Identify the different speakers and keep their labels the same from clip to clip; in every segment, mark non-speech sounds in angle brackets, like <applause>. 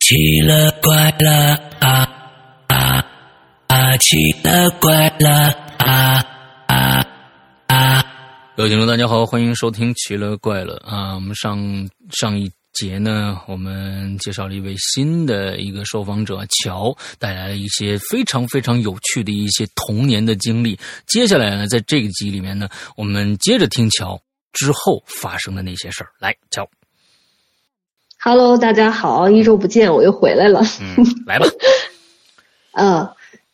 Speaker 1: 奇了怪了啊啊啊！奇了怪了啊啊啊！
Speaker 2: 各位听众，大家好，欢迎收听《奇了怪了》啊！我们上上一节呢，我们介绍了一位新的一个受访者乔，带来了一些非常非常有趣的一些童年的经历。接下来呢，在这个集里面呢，我们接着听乔之后发生的那些事儿。来，乔，
Speaker 3: Hello，大家好，一周不见，我又回来了。 <laughs>
Speaker 2: 嗯，来吧，
Speaker 3: 嗯，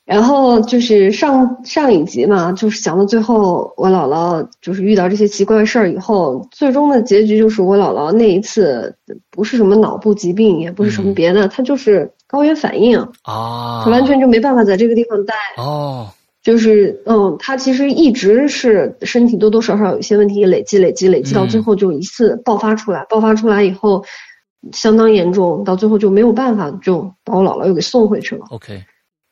Speaker 3: 然后就是上上一集嘛，就是讲到最后，我姥姥就是遇到这些奇怪事儿以后，最终的结局就是我姥姥那一次不是什么脑部疾病，也不是什么别的，她就是高原反应，
Speaker 2: 啊，
Speaker 3: 她完全就没办法在这个地方待。
Speaker 2: 哦，
Speaker 3: 就是嗯，她其实一直是身体多多少少有一些问题累积累积累积，到最后就一次爆发出来，爆发出来以后。相当严重，到最后就没有办法，就把我姥姥又给送回去了。
Speaker 2: ，OK，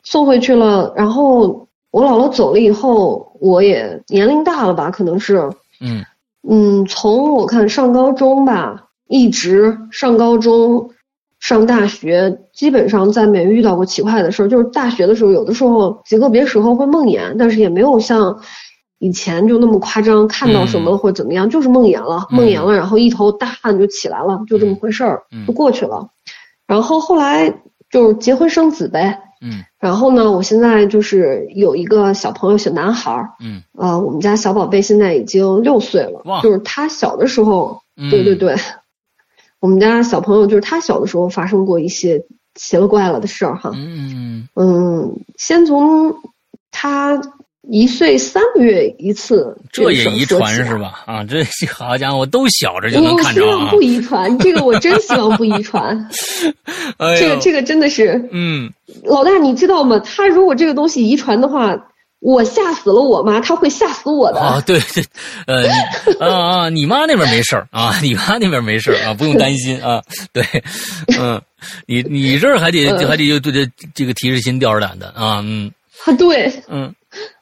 Speaker 3: 送回去了。然后我姥姥走了以后，我也年龄大了吧，可能是，
Speaker 2: 嗯
Speaker 3: 嗯，从我看上高中吧，一直上高中、上大学，基本上再没遇到过奇怪的事儿。就是大学的时候，有的时候极个别时候会梦魇，但是也没有像。以前就那么夸张，看到什么
Speaker 2: 嗯
Speaker 3: 或者怎么样，就是梦魇了，
Speaker 2: 嗯
Speaker 3: 梦魇了，然后一头大汗就起来了，就这么回事儿，
Speaker 2: 嗯
Speaker 3: 就过去了。然后后来就是结婚生子呗，
Speaker 2: 嗯
Speaker 3: 然后呢，我现在就是有一个小朋友，小男孩儿，
Speaker 2: 嗯
Speaker 3: 呃，我们家小宝贝现在已经六岁了
Speaker 2: 哇，
Speaker 3: 就是他小的时候，
Speaker 2: 嗯，
Speaker 3: 对对，对，我们家小朋友就是他小的时候发生过一些奇了怪了的事儿哈，
Speaker 2: 嗯
Speaker 3: 嗯，先从他一岁三个月一次
Speaker 2: 这
Speaker 3: 个
Speaker 2: 也
Speaker 3: 事儿
Speaker 2: 遗
Speaker 3: 说
Speaker 2: 传
Speaker 3: 起
Speaker 2: 是
Speaker 3: 吧？
Speaker 2: 吧？啊，这好家伙，都小着就能
Speaker 3: 我
Speaker 2: 看
Speaker 3: 希
Speaker 2: 着
Speaker 3: 望
Speaker 2: 啊
Speaker 3: 不！遗传，这个我真希望不遗传。
Speaker 2: <laughs> 哎
Speaker 3: 这
Speaker 2: 呦
Speaker 3: 个，这个真的是
Speaker 2: 嗯，
Speaker 3: 老大，你知道吗？他如果这个东西遗传的话，我吓死了我妈，他会吓死我的。
Speaker 2: 啊，对对，呃，你啊啊，你妈那边没事儿啊，你妈那边没事儿啊，不用担心啊。对，嗯，你你这儿还得
Speaker 3: 嗯
Speaker 2: 还得就对这这个提着心吊着胆的啊，嗯
Speaker 3: 啊， <laughs> 对。
Speaker 2: 嗯，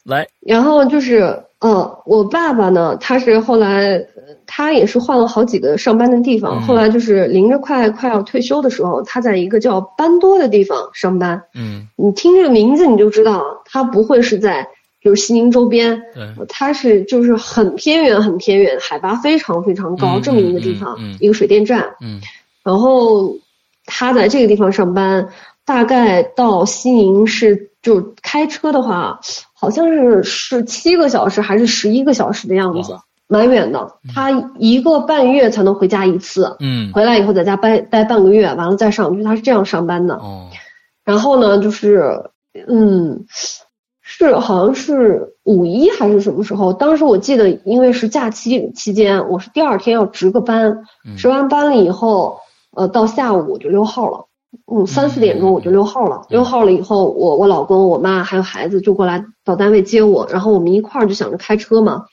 Speaker 2: 来，
Speaker 3: 然后就是，呃，我爸爸呢，他是后来呃他也是换了好几个上班的地方，
Speaker 2: 嗯
Speaker 3: 后来就是临着快快要退休的时候，他在一个叫班多的地方上班。
Speaker 2: 嗯，
Speaker 3: 你听这个名字你就知道，他不会是在就是西宁周边，
Speaker 2: 对，
Speaker 3: 它是就是很偏远、很偏远，海拔非常非常高
Speaker 2: 嗯
Speaker 3: 这么一个地方，
Speaker 2: 嗯嗯嗯
Speaker 3: 一个水电站。
Speaker 2: 嗯
Speaker 3: 然后他在这个地方上班，大概到西宁是就开车的话，好像是是七个小时还是十一个小时的样子
Speaker 2: 哇，
Speaker 3: 蛮远的。他一个半月才能回家一次，
Speaker 2: 嗯，
Speaker 3: 回来以后在家待待半个月，完了再上去，他是这样上班的。
Speaker 2: 哦，
Speaker 3: 然后呢，就是，嗯，是好像是五一还是什么时候？当时我记得，因为是假期期间，我是第二天要值个班，
Speaker 2: 嗯
Speaker 3: 值完班了以后，呃，到下午我就溜号了，嗯，三四点钟我就溜号了。溜号了以后，我我老公、我妈还有孩子就过来到单位接我，然后我们一块儿就想着开车嘛。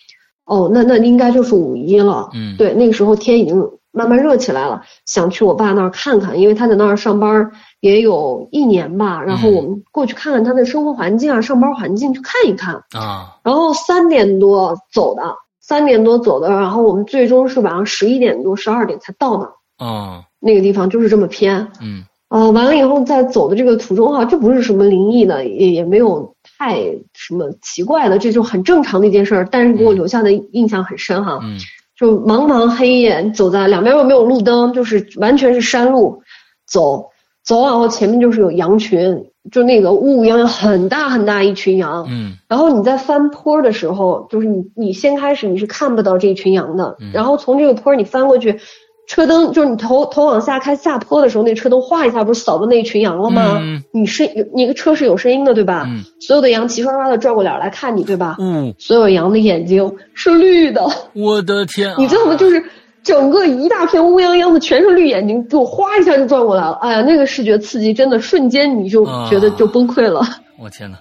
Speaker 3: 哦，那那应该就是五一了。
Speaker 2: 嗯，，
Speaker 3: 对，那个时候天已经慢慢热起来了，想去我爸那儿看看，因为他在那儿上班儿也有一年吧。然后
Speaker 2: 嗯
Speaker 3: 我们过去看看他的生活环境啊，上班环境去看一看。
Speaker 2: 啊，
Speaker 3: 然后三点多走的，三点多走的，然后我们最终是晚上十一点多、十二点才到那儿。
Speaker 2: 哦，
Speaker 3: 那个地方就是这么偏，
Speaker 2: 嗯
Speaker 3: 呃，完了以后在走的这个途中哈、这不是什么灵异的，也也没有太什么奇怪的，这就很正常的一件事儿，但是给我留下的印象很深哈、
Speaker 2: 嗯
Speaker 3: 就茫茫黑夜，你走在两边又没有路灯，就是完全是山路，走走往后前面就是有羊群，就那个乌泱泱很大很大一群羊。
Speaker 2: 嗯
Speaker 3: 然后你在翻坡的时候，就是你你先开始你是看不到这一群羊的，
Speaker 2: 嗯
Speaker 3: 然后从这个坡你翻过去，车灯就是你头头往下开下坡的时候，那车灯哗一下不是扫到那一群羊了吗？
Speaker 2: 嗯
Speaker 3: 你是有你个车是有声音的对吧？
Speaker 2: 嗯
Speaker 3: 所有的羊齐刷刷的转过脸来看你对吧？
Speaker 2: 哦，
Speaker 3: 所有羊的眼睛是绿的。
Speaker 2: 我的天啊，
Speaker 3: 你知道吗？就是整个一大片乌泱泱的，全是绿眼睛，给我哗一下就转过来了。哎呀，那个视觉刺激真的瞬间你就觉得就崩溃了。
Speaker 2: 我天哪，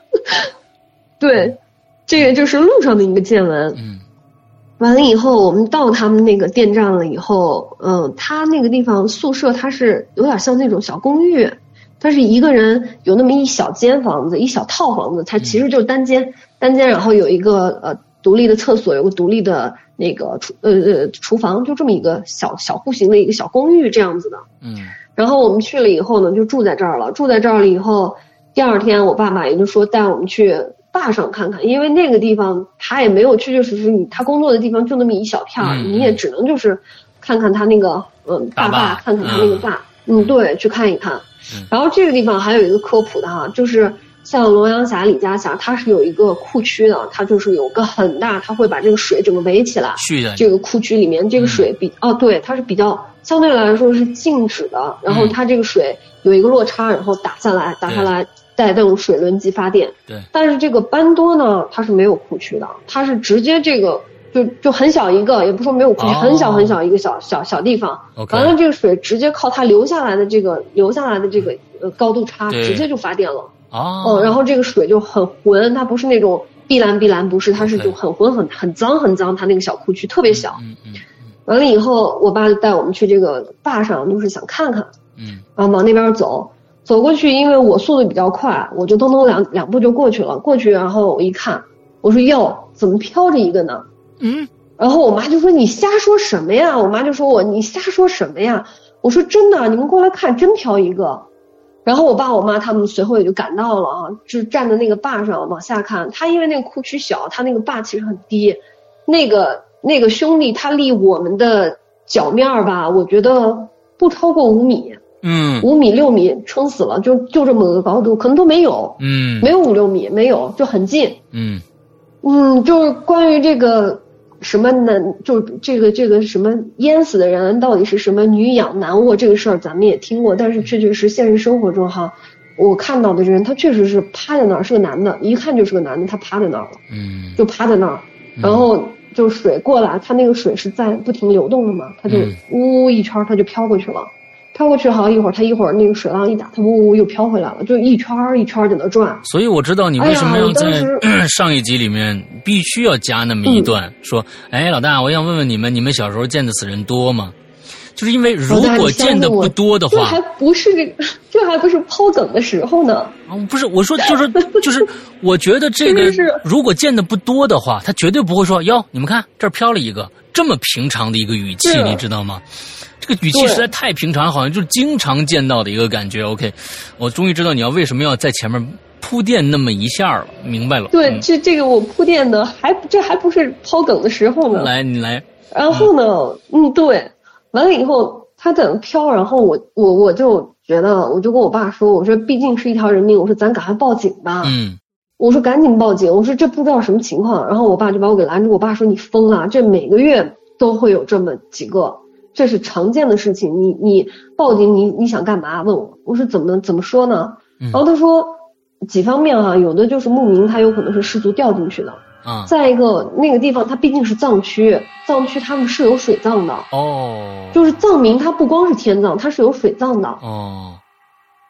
Speaker 3: 对，这个就是路上的一个见闻。
Speaker 2: 嗯
Speaker 3: 完了以后，我们到他们那个电站了以后，嗯，他那个地方宿舍它是有点像那种小公寓，它是一个人有那么一小间房子，一小套房子，它其实就是单间，单间，然后有一个呃独立的厕所，有个独立的那个厨呃呃厨房，就这么一个小小户型的一个小公寓这样子的。
Speaker 2: 嗯
Speaker 3: 然后我们去了以后呢，就住在这儿了。住在这儿了以后，第二天我爸马爷就说带我们去坝上看看，因为那个地方他也没有确确实实你他工作的地方就那么一小片儿，
Speaker 2: 嗯
Speaker 3: 你也只能就是看看他那个嗯
Speaker 2: 大
Speaker 3: 大
Speaker 2: 坝
Speaker 3: 坝，看看他那个
Speaker 2: 嗯
Speaker 3: 坝，嗯，对，去看一看
Speaker 2: 嗯。
Speaker 3: 然后这个地方还有一个科普的哈，就是像龙阳峡、李家峡，它是有一个库区的，它就是有个很大，它会把这个水整个围起来。
Speaker 2: 续下去，
Speaker 3: 这个库区里面这
Speaker 2: 嗯
Speaker 3: 个水比哦，对，它是比较相对来说是静止的，然后
Speaker 2: 嗯
Speaker 3: 它这个水有一个落差，然后打下来，打下来带动水轮机发电。
Speaker 2: 对
Speaker 3: 但是这个班多呢，它是没有库区的，它是直接这个就就很小一个，也不说没有库区，
Speaker 2: 哦
Speaker 3: 很小很小一个小小小地方。
Speaker 2: OK，
Speaker 3: 完了，这个水直接靠它流下来的这个流下来的这个呃高度差，
Speaker 2: 对
Speaker 3: 直接就发电了。
Speaker 2: 哦，
Speaker 3: 嗯，然后这个水就很浑，它不是那种碧蓝碧蓝，不是，它是
Speaker 2: OK
Speaker 3: 就很浑很很脏很脏，它那个小库区特别小。
Speaker 2: 嗯嗯嗯
Speaker 3: 完了以后，我爸就带我们去这个坝上，就是想看看，
Speaker 2: 嗯
Speaker 3: 然后往那边走。走过去，因为我速度比较快，我就咚咚两两步就过去了。过去，然后我一看，我说哟，怎么飘着一个呢？
Speaker 2: 嗯，
Speaker 3: 然后我妈就说你瞎说什么呀？我妈就说我你瞎说什么呀？我说真的，你们过来看，真飘一个。然后我爸我妈他们随后也就赶到了啊，就站在那个坝上往下看。他因为那个库区小，他那个坝其实很低，那个那个兄弟他离我们的脚面儿吧，我觉得不超过五米，
Speaker 2: 嗯
Speaker 3: 五米六米撑死了，就就这么个高度，可能都没有，
Speaker 2: 嗯
Speaker 3: 没有五六米，没有，就很近。
Speaker 2: 嗯
Speaker 3: 嗯，就是关于这个什么男，就是这个这个什么淹死的人到底是什么女仰男卧这个事儿，咱们也听过，但是确确实现实生活中哈，我看到的人他确实是趴在那儿，是个男的，一看就是个男的，他趴在那儿了，
Speaker 2: 嗯，
Speaker 3: 就趴在那儿，然后就水过来，他那个水是在不停流动的嘛，他就
Speaker 2: 嗯
Speaker 3: 呜呜一圈儿，他就飘过去了。飘过去好一会儿，他一会儿那个水浪一打，他呜呜又飘回来了，就一圈儿一圈儿在那转。
Speaker 2: 所以我知道你为什么要在
Speaker 3: 哎呀我
Speaker 2: <clears throat>
Speaker 3: 嗯
Speaker 2: 上一集里面必须要加那么一段，说，哎，老大，我想问问你们，你们小时候见的死人多吗？就是因为如
Speaker 3: 老大
Speaker 2: 果
Speaker 3: 你相信
Speaker 2: 见的不
Speaker 3: 我
Speaker 2: 多的
Speaker 3: 这
Speaker 2: 话
Speaker 3: 还，不是这，这还不是抛梗的时候呢。
Speaker 2: 啊，不是，我说就是就是，我觉得这个
Speaker 3: 是是是
Speaker 2: 如果见的不多的话，他绝对不会说哟，你们看这儿飘了一个这么平常的一个语气，
Speaker 3: 是
Speaker 2: 你知道吗？这个语气
Speaker 3: 对
Speaker 2: 实在太平常，好像就是经常见到的一个感觉。OK，我终于知道你要为什么要在前面铺垫那么一下了，明白了。
Speaker 3: 对，
Speaker 2: 嗯
Speaker 3: 这这个我铺垫的还这还不是抛梗的时候呢。
Speaker 2: 来你来，
Speaker 3: 然后呢，嗯，对，完了以后他在那飘，然后我我我就觉得，我就跟我爸说，我说毕竟是一条人命，我说咱赶快报警吧。
Speaker 2: 嗯
Speaker 3: 我说赶紧报警，我说这不知道什么情况。然后我爸就把我给拦住，我爸说你疯了，这每个月都会有这么几个，这是常见的事情。你你报警，你你想干嘛？问我，我说怎么怎么说呢？
Speaker 2: 嗯
Speaker 3: 然后他说几方面哈、有的就是牧民他有可能是失足掉进去的，
Speaker 2: 啊
Speaker 3: 再一个那个地方它毕竟是藏区，藏区他们是有水葬的，
Speaker 2: 哦
Speaker 3: 就是藏民他不光是天葬，他是有水葬的。
Speaker 2: 哦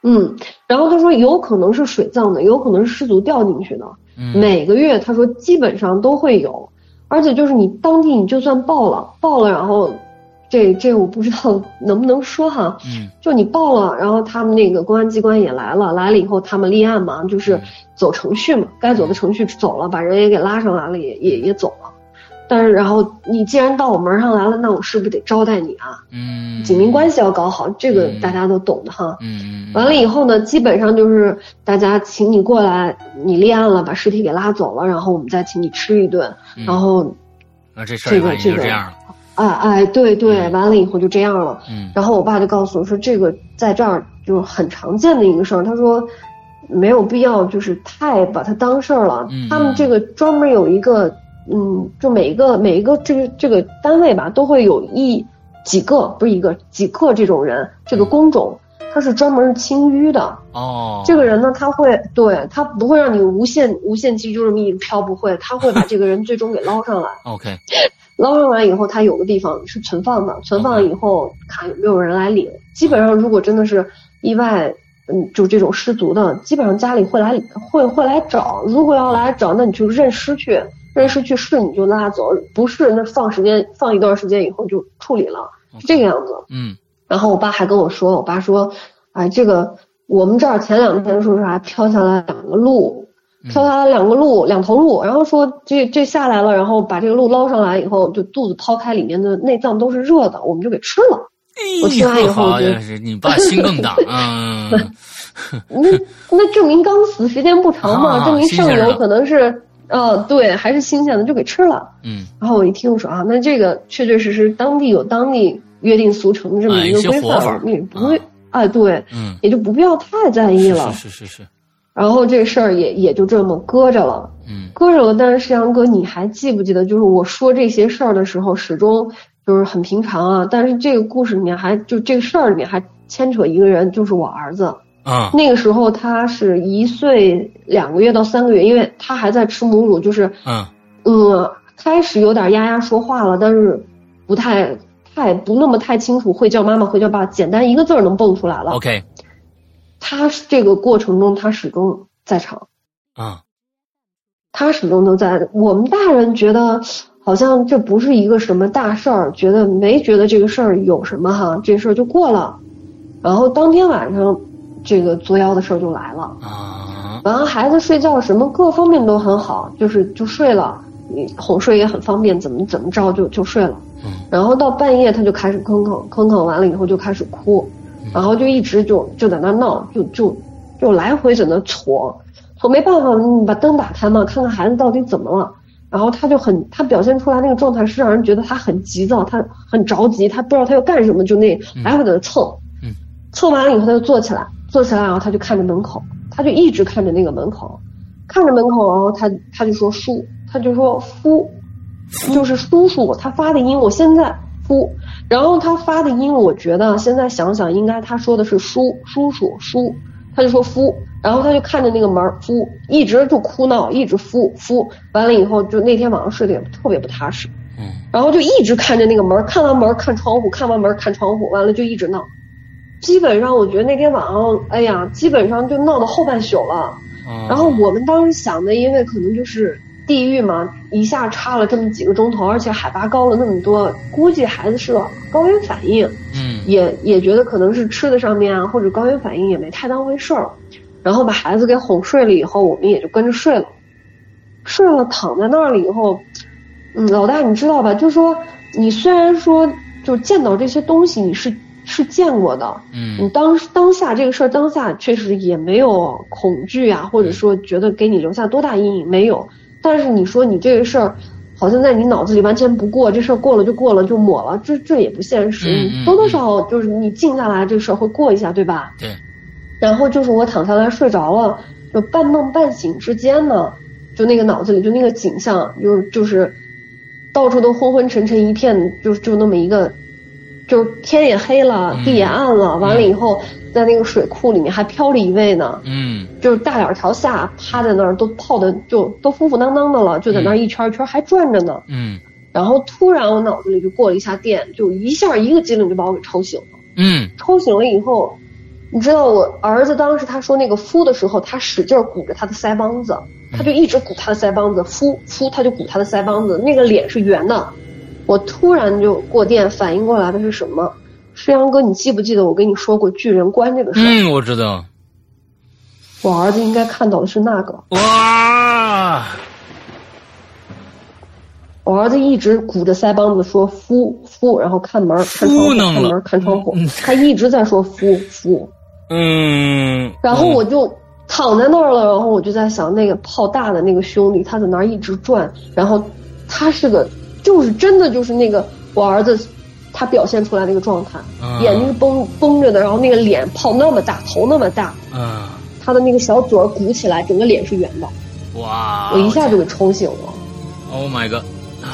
Speaker 3: 嗯，然后他说有可能是水葬的，有可能是失足掉进去的。
Speaker 2: 嗯
Speaker 3: 每个月他说基本上都会有，而且就是你当地你就算报了，报了然后，这这我不知道能不能说哈，
Speaker 2: 嗯
Speaker 3: 就你报了，然后他们那个公安机关也来了，来了以后他们立案嘛，就是走程序嘛，该走的程序走了，把人也给拉上来了，也也也走了。但是然后你既然到我门上来了，那我是不是得招待你啊？
Speaker 2: 嗯
Speaker 3: 警民关系要搞好，这个
Speaker 2: 嗯
Speaker 3: 大家都懂的哈。
Speaker 2: 嗯嗯
Speaker 3: 完了以后呢，基本上就是大家请你过来，你立案了，把尸体给拉走了，然后我们再请你吃一顿，
Speaker 2: 嗯
Speaker 3: 然后
Speaker 2: 啊这事儿
Speaker 3: 这个
Speaker 2: 反正就
Speaker 3: 这个
Speaker 2: 这样了
Speaker 3: 哎哎，对对，
Speaker 2: 嗯
Speaker 3: 完了以后就这样了。
Speaker 2: 嗯
Speaker 3: 然后我爸就告诉我说，这个在这儿就是很常见的一个事儿，他说没有必要就是太把它当事儿了
Speaker 2: 嗯。
Speaker 3: 他们这个专门有一个，嗯，就每一个每一个这个这个单位吧，都会有一几个不是一个几个这种人，这个工种他是专门清淤的。
Speaker 2: 哦
Speaker 3: 这个人呢，他会对他不会让你无限无限期就这么一飘，不会，他会把这个人最终给捞上来，
Speaker 2: OK
Speaker 3: 捞上来以后，他有个地方是存放的，存放了以后看有没有人来领。基本上，如果真的是意外，嗯，就这种失足的，基本上家里会来会会来找。如果要来找，那你就认尸去，认尸去是你就拉走，不是那放时间放一段时间以后就处理了，是这个样子。
Speaker 2: 嗯
Speaker 3: 然后我爸还跟我说，我爸说，哎，这个我们这儿前两天说是还飘下来两个鹿，
Speaker 2: 嗯
Speaker 3: 飘下来两个鹿，两头鹿，然后说这这下来了，然后把这个鹿捞上来以后，就肚子剖开，里面的内脏都是热的，我们就给吃了。我听完以后
Speaker 2: 好
Speaker 3: 我就
Speaker 2: 呀，是你爸心更大，嗯， <laughs>
Speaker 3: 那那证明刚死时间不长嘛，
Speaker 2: 啊
Speaker 3: 证明
Speaker 2: 新
Speaker 3: 剩
Speaker 2: 鲜的
Speaker 3: 油可能是，呃，对，还是新鲜的，就给吃了。
Speaker 2: 嗯，
Speaker 3: 然后我一听我说啊，那这个确确实实当地有当地约定俗成的这么
Speaker 2: 啊
Speaker 3: 一
Speaker 2: 一
Speaker 3: 个
Speaker 2: 些
Speaker 3: 规
Speaker 2: 活法
Speaker 3: 范，你不会
Speaker 2: 啊
Speaker 3: 啊，对，
Speaker 2: 嗯，
Speaker 3: 也就不必要太在意了。
Speaker 2: 是是是是，
Speaker 3: 然后这事儿也也就这么搁着了，
Speaker 2: 嗯
Speaker 3: 搁着了。但是石阳哥，你还记不记得，就是我说这些事儿的时候，始终就是很平常啊。但是这个故事里面还就这个事儿里面还牵扯一个人，就是我儿子。
Speaker 2: 啊，
Speaker 3: 那个时候他是一岁两个月到三个月，因为他还在吃母乳，就是
Speaker 2: 嗯
Speaker 3: 嗯，开始有点呀呀说话了，但是不太太不那么太清楚，会叫妈妈会叫爸，简单一个字儿能蹦出来了。
Speaker 2: ，OK，
Speaker 3: 他是这个过程中他始终在场，
Speaker 2: 啊，
Speaker 3: 他始终都在。我们大人觉得好像这不是一个什么大事儿，觉得没觉得这个事儿有什么哈，这事儿就过了。然后当天晚上，这个作妖的事儿就来了。
Speaker 2: 啊，
Speaker 3: 完了，孩子睡觉什么各方面都很好，就是就睡了，你哄睡也很方便，怎么怎么着就就睡了。
Speaker 2: 嗯
Speaker 3: 然后到半夜他就开始吭吭吭吭，完了以后就开始哭，
Speaker 2: 嗯
Speaker 3: 然后就一直就就在那闹，就就就来回在那搓，搓没办法，你把灯打开嘛，看看孩子到底怎么了。然后他就很，他表现出来那个状态是让人觉得他很急躁，他很着急，他不知道他要干什么，就那
Speaker 2: 嗯
Speaker 3: 来回在那蹭，
Speaker 2: 嗯
Speaker 3: 蹭完了以后他就坐起来，坐起来然后他就看着门口，他就一直看着那个门口，看着门口，然后他他就说叔，他就说夫，就是叔叔，他发的音，我现在夫，然后他发的音，我觉得现在想想，应该他说的是叔叔叔叔，他就说夫，然后他就看着那个门儿夫，一直就哭闹，一直夫夫，完了以后就那天晚上睡得也特别不踏实，
Speaker 2: 嗯
Speaker 3: 然后就一直看着那个门儿，看完门儿看窗户，看完门儿看窗户，完了就一直闹，基本上我觉得那天晚上，哎呀，基本上就闹到后半宿了。
Speaker 2: 啊，
Speaker 3: 然后我们当时想的，因为可能就是地域嘛，一下差了这么几个钟头，而且海拔高了那么多，估计孩子是个高原反应，
Speaker 2: 嗯
Speaker 3: 也也觉得可能是吃的上面啊，或者高原反应也没太当回事儿。然后把孩子给哄睡了以后，我们也就跟着睡了，睡了躺在那儿了以后，嗯，老大你知道吧？就说你虽然说就见到这些东西，你是是见过的，你
Speaker 2: 嗯
Speaker 3: 当当下这个事儿，当下确实也没有恐惧啊，
Speaker 2: 嗯
Speaker 3: 或者说觉得给你留下多大阴影没有。但是你说你这个事儿，好像在你脑子里完全不过，这事儿过了就过了，就抹了，这这也不现实。
Speaker 2: 嗯嗯
Speaker 3: 你多多少少就是你静下来，这事儿会过一下，对吧？
Speaker 2: 对，
Speaker 3: 然后就是我躺下来睡着了，就半梦半醒之间呢，就那个脑子里就那个景象，就就是到处都昏昏沉沉一片，就就那么一个，就天也黑了，
Speaker 2: 嗯
Speaker 3: 地也暗了，完了以后在那个水库里面还飘着一位呢，
Speaker 2: 嗯
Speaker 3: 就是大脸朝下趴在那儿，都泡的就都浮浮当当的了，就在那儿一圈一圈还转着呢。
Speaker 2: 嗯
Speaker 3: 然后突然我脑子里就过了一下电，就一下一个机灵就把我给抽醒了。
Speaker 2: 嗯
Speaker 3: 抽醒了以后，你知道我儿子当时他说那个夫的时候，他使劲鼓着他的腮帮子，
Speaker 2: 嗯
Speaker 3: 他就一直鼓他的腮帮子，夫夫他就鼓他的腮帮子，那个脸是圆的。我突然就过电反应过来的是什么？诗阳哥，你记不记得我跟你说过巨人观这个事儿？
Speaker 2: 嗯，我知道，
Speaker 3: 我儿子应该看到的是那个。
Speaker 2: 哇，
Speaker 3: 我儿子一直鼓着腮帮子说“夫夫”，然后看门儿看窗
Speaker 2: 夫
Speaker 3: 户，
Speaker 2: 弄
Speaker 3: 看
Speaker 2: 了
Speaker 3: 门儿看窗户
Speaker 2: 嗯嗯，
Speaker 3: 他一直在说“夫夫”。
Speaker 2: 嗯，
Speaker 3: 然后我就躺在那儿了，然后我就在想那个泡大的那个兄弟，他在那儿一直转，然后他是个，就是真的就是那个我儿子，他表现出来那个状态，
Speaker 2: 嗯
Speaker 3: 眼睛是绷绷着的，然后那个脸泡那么大，头那么大，
Speaker 2: 啊，
Speaker 3: 他的那个小嘴儿鼓起来，整个脸是圆的，
Speaker 2: 哇，
Speaker 3: 我一下就给冲醒了。
Speaker 2: ，Oh my god，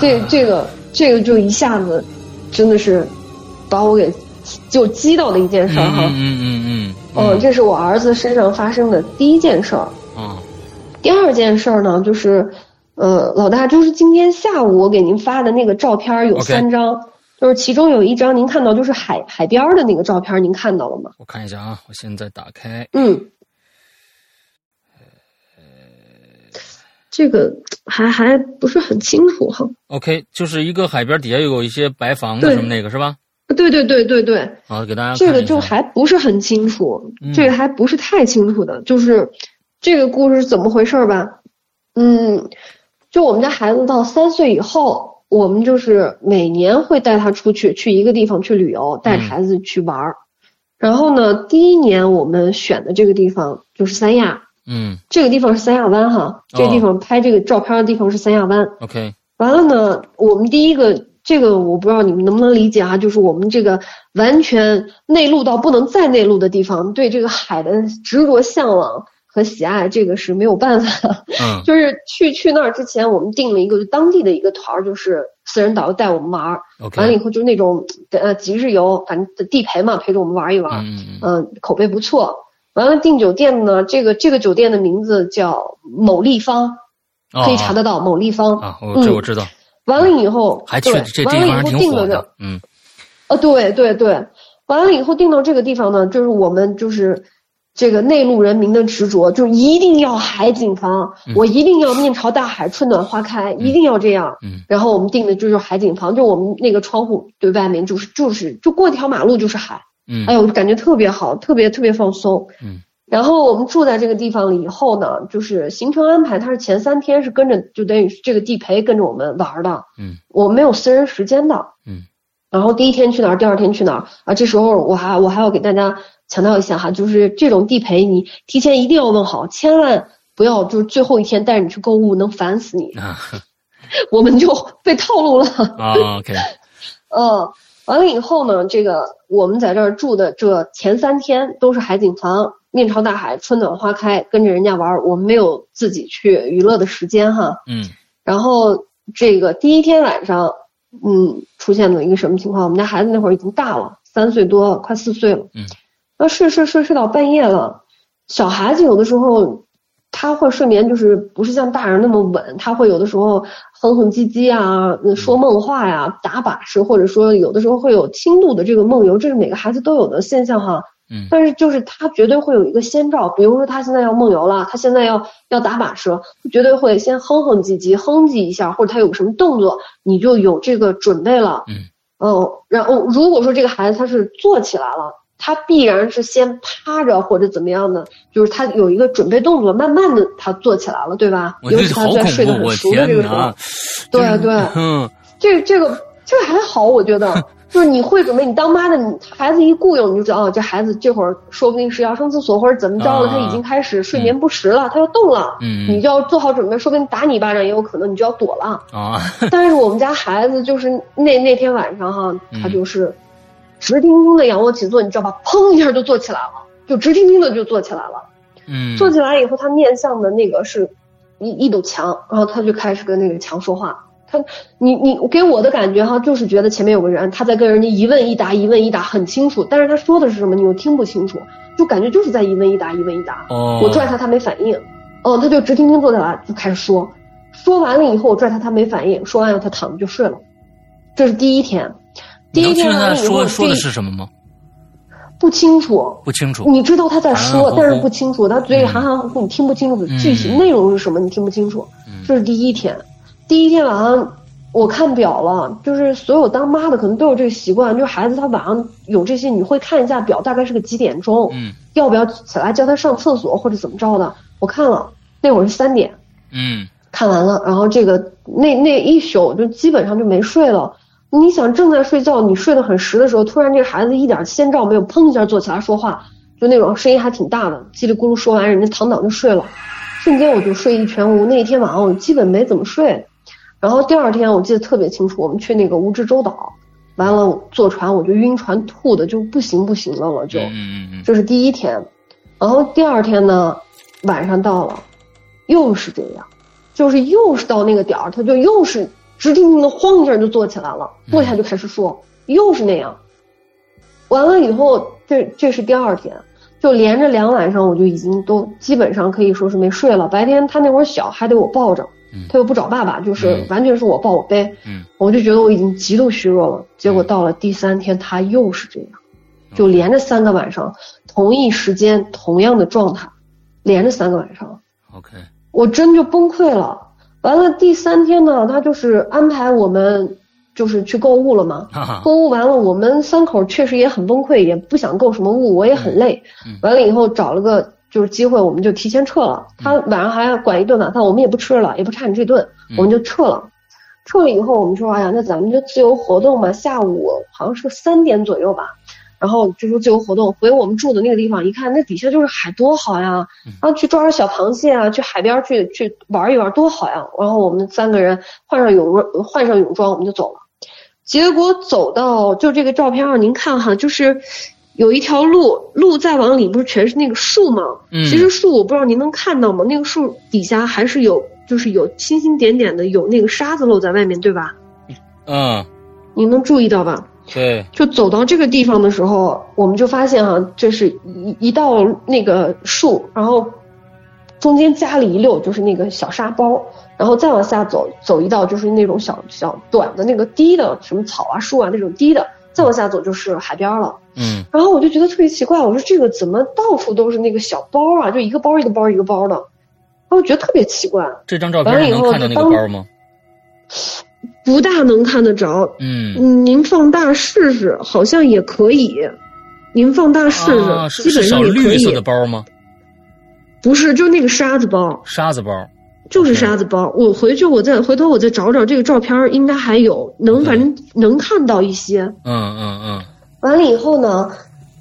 Speaker 3: 这这个这个就一下子，真的是把我给就激到的一件
Speaker 2: 嗯
Speaker 3: 事儿哈。
Speaker 2: 嗯嗯嗯，
Speaker 3: 嗯，这是我儿子身上发生的第一件事儿。
Speaker 2: 啊，
Speaker 3: 第二件事儿呢，就是，呃，老大，就是今天下午我给您发的那个照片儿有
Speaker 2: OK
Speaker 3: 三张就是其中有一张您看到就是海海边儿的那个照片儿，您看到了吗？
Speaker 2: 我看一下啊，我现在打开，
Speaker 3: 嗯，这个还还不是很清楚哈。
Speaker 2: OK，就是一个海边底下有一些白房的
Speaker 3: 对
Speaker 2: 什么那个是吧？
Speaker 3: 对对对对对，
Speaker 2: 好，给大家
Speaker 3: 这
Speaker 2: 看
Speaker 3: 个
Speaker 2: 一
Speaker 3: 就
Speaker 2: 下
Speaker 3: 还不是很清楚，
Speaker 2: 嗯
Speaker 3: 这个还不是太清楚的，就是这个故事是怎么回事儿吧？嗯，就我们家孩子到三岁以后，我们就是每年会带他出去，去一个地方去旅
Speaker 2: 嗯
Speaker 3: 游，带着孩子去玩儿。然后呢，第一年我们选的这个地方就是三亚，
Speaker 2: 嗯
Speaker 3: 这个地方是三亚湾哈，这个地
Speaker 2: 哦
Speaker 3: 方拍这个照片的地方是三亚湾。
Speaker 2: ，OK，
Speaker 3: 完了呢，我们第一个这个我不知道你们能不能理解啊，就是我们这个完全内陆到不能再内陆的地方，对这个海的执着向往和喜爱，这个是没有办法的。 <laughs>
Speaker 2: 嗯
Speaker 3: 就是去去那儿之前，我们定了一个当地的一个团儿，就是私人导游带我们玩儿，
Speaker 2: ，OK，
Speaker 3: 完了以后就那种呃即日游，反正地陪嘛，陪着我们玩儿一玩儿，
Speaker 2: 嗯嗯嗯
Speaker 3: 嗯、口碑不错。完了订酒店呢，这个这个酒店的名字叫某立方，
Speaker 2: 哦
Speaker 3: 可以查得到某立方。
Speaker 2: 啊，我这我知道，
Speaker 3: 完了以后，
Speaker 2: 还去
Speaker 3: 对，
Speaker 2: 这地
Speaker 3: 完了以
Speaker 2: 方还
Speaker 3: 后
Speaker 2: 挺
Speaker 3: 定
Speaker 2: 火
Speaker 3: 了个
Speaker 2: 的，嗯
Speaker 3: 哦，对对对，完了以后定到这个地方呢，就是我们就是这个内陆人民的执着，就一定要海景房，
Speaker 2: 嗯
Speaker 3: 我一定要面朝大海，春暖花开，一定要这样。
Speaker 2: 嗯
Speaker 3: 然后我们定的就是海景房，就我们那个窗户对外面就是就是就过条马路就是海，
Speaker 2: 嗯
Speaker 3: 哎呦，感觉特别好，特别特别放松。
Speaker 2: 嗯。
Speaker 3: 然后我们住在这个地方了以后呢，就是行程安排，它是前三天是跟着，就等于是这个地陪跟着我们玩儿的。
Speaker 2: 嗯。
Speaker 3: 我没有私人时间的。
Speaker 2: 嗯。
Speaker 3: 然后第一天去哪儿，第二天去哪儿啊？这时候我还我还要给大家强调一下哈，就是这种地陪你提前一定要问好，千万不要就是最后一天带着你去购物，能烦死你。
Speaker 2: 啊
Speaker 3: 我们就被套路了。
Speaker 2: 啊，OK，
Speaker 3: 嗯，完了以后呢，这个我们在这儿住的这前三天都是海景房，面朝大海，春暖花开，跟着人家玩儿，我们没有自己去娱乐的时间哈。
Speaker 2: 嗯
Speaker 3: 然后这个第一天晚上，嗯，出现了一个什么情况？我们家孩子那会儿已经大了，三岁多，快四岁了。
Speaker 2: 嗯，
Speaker 3: 那睡睡睡睡到半夜了，小孩子有的时候。他会睡眠就是不是像大人那么稳，他会有的时候哼哼唧唧啊，说梦话呀、打把式，或者说有的时候会有轻度的这个梦游，这是每个孩子都有的现象哈。
Speaker 2: 嗯
Speaker 3: <laughs> 但是就是他绝对会有一个先兆，比如说他现在要梦游了，他现在要要打把式，绝对会先哼哼唧唧哼唧一下，或者他有个什么动作，你就有这个准备了。
Speaker 2: 嗯
Speaker 3: 嗯，然后如果说这个孩子他是坐起来了，他必然是先趴着或者怎么样的，就是他有一个准备动作，慢慢的他坐起来了，对吧？
Speaker 2: 我
Speaker 3: 尤
Speaker 2: 这
Speaker 3: 其他
Speaker 2: 好
Speaker 3: 在
Speaker 2: 恐
Speaker 3: 睡得
Speaker 2: 怖，
Speaker 3: 很
Speaker 2: 我
Speaker 3: 熟的这
Speaker 2: 天
Speaker 3: 个时候
Speaker 2: 哪，，
Speaker 3: 对啊
Speaker 2: 真
Speaker 3: 对
Speaker 2: 嗯
Speaker 3: 这这个这个还好，我
Speaker 2: <laughs>
Speaker 3: 觉得就是你会准备，你当妈的，你孩子一雇佣你就知道，哦，这孩子这会儿说不定是要上厕所或者怎么着了，
Speaker 2: 啊
Speaker 3: 他已经开始睡眠不实了，他要动了，
Speaker 2: 嗯
Speaker 3: 你就要做好准备，说不定打你一巴掌也有可能，你就要躲了。 <laughs>
Speaker 2: 啊，
Speaker 3: 但是我们家孩子就是那那天晚上哈、
Speaker 2: 嗯
Speaker 3: 他就是直挺挺的仰卧起坐，你知道吧？砰一下就坐起来了，就直挺挺的就坐起来了。
Speaker 2: 嗯
Speaker 3: 坐起来以后，他面向的那个是一一堵墙，然后他就开始跟那个墙说话。他，你你给我的感觉哈，就是觉得前面有个人，他在跟人家一问一答，一问一答很清楚，但是他说的是什么你又听不清楚，就感觉就是在一问一答，一问一答。
Speaker 2: 哦，
Speaker 3: 我拽他，他没反应，嗯，他就直挺挺坐起来就开始说，说完了以后我拽他，他没反应，说完了他躺着就睡了。这是第一天，第
Speaker 2: 你能听
Speaker 3: 一天
Speaker 2: 出
Speaker 3: 完
Speaker 2: 他
Speaker 3: 了以后
Speaker 2: 说说的
Speaker 3: 这
Speaker 2: 是什么吗？
Speaker 3: 不清楚，
Speaker 2: 不清楚，
Speaker 3: 你知道他在说，
Speaker 2: 含含糊糊
Speaker 3: 但是不清楚，他嘴里含含糊糊，你听不清楚
Speaker 2: 啊嗯
Speaker 3: 具体内容是什么，你听不清楚。
Speaker 2: 嗯
Speaker 3: 这是第一天，第一天晚上我看表了，就是所有当妈的可能都有这个习惯，就是孩子他晚上有这些，你会看一下表，大概是个几点钟，
Speaker 2: 嗯
Speaker 3: 要不要起来叫他上厕所或者怎么着的。我看了，那会儿是三点，
Speaker 2: 嗯
Speaker 3: 看完了，然后这个那那一宿就基本上就没睡了。你想正在睡觉，你睡得很实的时候，突然这个孩子一点先兆没有，砰一下坐起来说话，就那种声音还挺大的，叽里咕噜说完，人家躺倒就睡了。瞬间我就睡意全无。那一天晚上我基本没怎么睡，然后第二天我记得特别清楚，我们去那个蜈支洲岛，完了我坐船我就晕船吐的就不行不行的了，就。
Speaker 2: 嗯嗯嗯
Speaker 3: 这是第一天，然后第二天呢，晚上到了，又是这样，就是又是到那个点儿，他就又是直挺挺的晃一下就坐起来了，坐下就开始说，又是那样。完了以后，这这是第二天，就连着两晚上，我就已经都基本上可以说是没睡了。白天他那会儿小，还得我抱着
Speaker 2: 嗯，
Speaker 3: 他又不找爸爸，就是
Speaker 2: 嗯
Speaker 3: 完全是我抱我背，
Speaker 2: 嗯
Speaker 3: 我就觉得我已经极度虚弱了。结果到了第三天，他又是这样。就
Speaker 2: 嗯
Speaker 3: 连着三个晚上，同一时间同样的状态，连着三个晚上，
Speaker 2: ，OK，
Speaker 3: 我真就崩溃了。完了第三天呢，他就是安排我们就是去购物了嘛。
Speaker 2: 哈哈，
Speaker 3: 购物完了，我们三口确实也很崩溃，也不想购什么物，我也很累。
Speaker 2: 嗯嗯
Speaker 3: 完了以后找了个就是机会，我们就提
Speaker 2: 嗯
Speaker 3: 前撤了。他晚上还要管一顿晚饭，我们也不吃了，也不差你这顿，
Speaker 2: 嗯
Speaker 3: 我们就撤了。撤了以后，我们说哎呀，那咱们就自由活动吧。下午好像是三点左右吧，然后就说自由活动，回我们住的那个地方一看，那底下就是海，多好呀！
Speaker 2: 嗯
Speaker 3: 然后去抓抓小螃蟹啊，去海边去去玩一玩，多好呀！然后我们三个人换上泳装，换上泳装，我们就走了。结果走到就这个照片上，您看哈，就是有一条路，路再往里不是全是那个树吗？
Speaker 2: 嗯
Speaker 3: 其实树我不知道您能看到吗？那个树底下还是有，就是有星星点点的，有那个沙子露在外面，对吧？
Speaker 2: 嗯，
Speaker 3: 您能注意到吧？
Speaker 2: 对，
Speaker 3: 就走到这个地方的时候，我们就发现哈、啊，就是一一到那个树，然后中间加了一溜就是那个小沙包，然后再往下走，走一道就是那种小小短的那个低的什么草啊、树啊那种低的，再往下走就是海边了。
Speaker 2: 嗯
Speaker 3: 然后我就觉得特别奇怪，我说这个怎么到处都是那个小包啊？就一个包一个包一个包的，然后我觉得特别奇怪，
Speaker 2: 这张照片你能看到那个包吗？
Speaker 3: 不大能看得着。
Speaker 2: 嗯，
Speaker 3: 嗯，您放大试试，好像也可以。您放大试试，
Speaker 2: 啊、是
Speaker 3: 基
Speaker 2: 是
Speaker 3: 本
Speaker 2: 小
Speaker 3: 上也可
Speaker 2: 绿色
Speaker 3: 以。
Speaker 2: 的包吗？
Speaker 3: 不是，就那个沙子包，
Speaker 2: 沙子包。
Speaker 3: 就是
Speaker 2: 是
Speaker 3: 沙子包。我回去，我再回头我再找找这个照片儿，应该还有，能
Speaker 2: 对
Speaker 3: 反正能看到一些。
Speaker 2: 嗯嗯嗯
Speaker 3: 完了以后呢，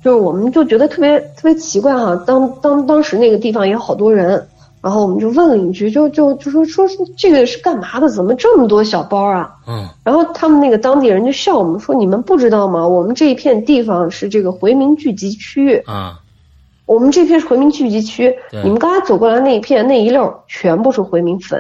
Speaker 3: 就是我们就觉得特别特别奇怪哈、当当当时那个地方也有好多人，然后我们就问了一句，就就就说说这个是干嘛的？怎么这么多小包啊？
Speaker 2: 嗯
Speaker 3: 然后他们那个当地人就笑我们说：“你们不知道吗？我们这一片地方是这个回民聚集区，
Speaker 2: 啊，
Speaker 3: 我们这片是回民聚集区
Speaker 2: 对。
Speaker 3: 你们刚才走过来那一片那一溜儿全部是回民坟。”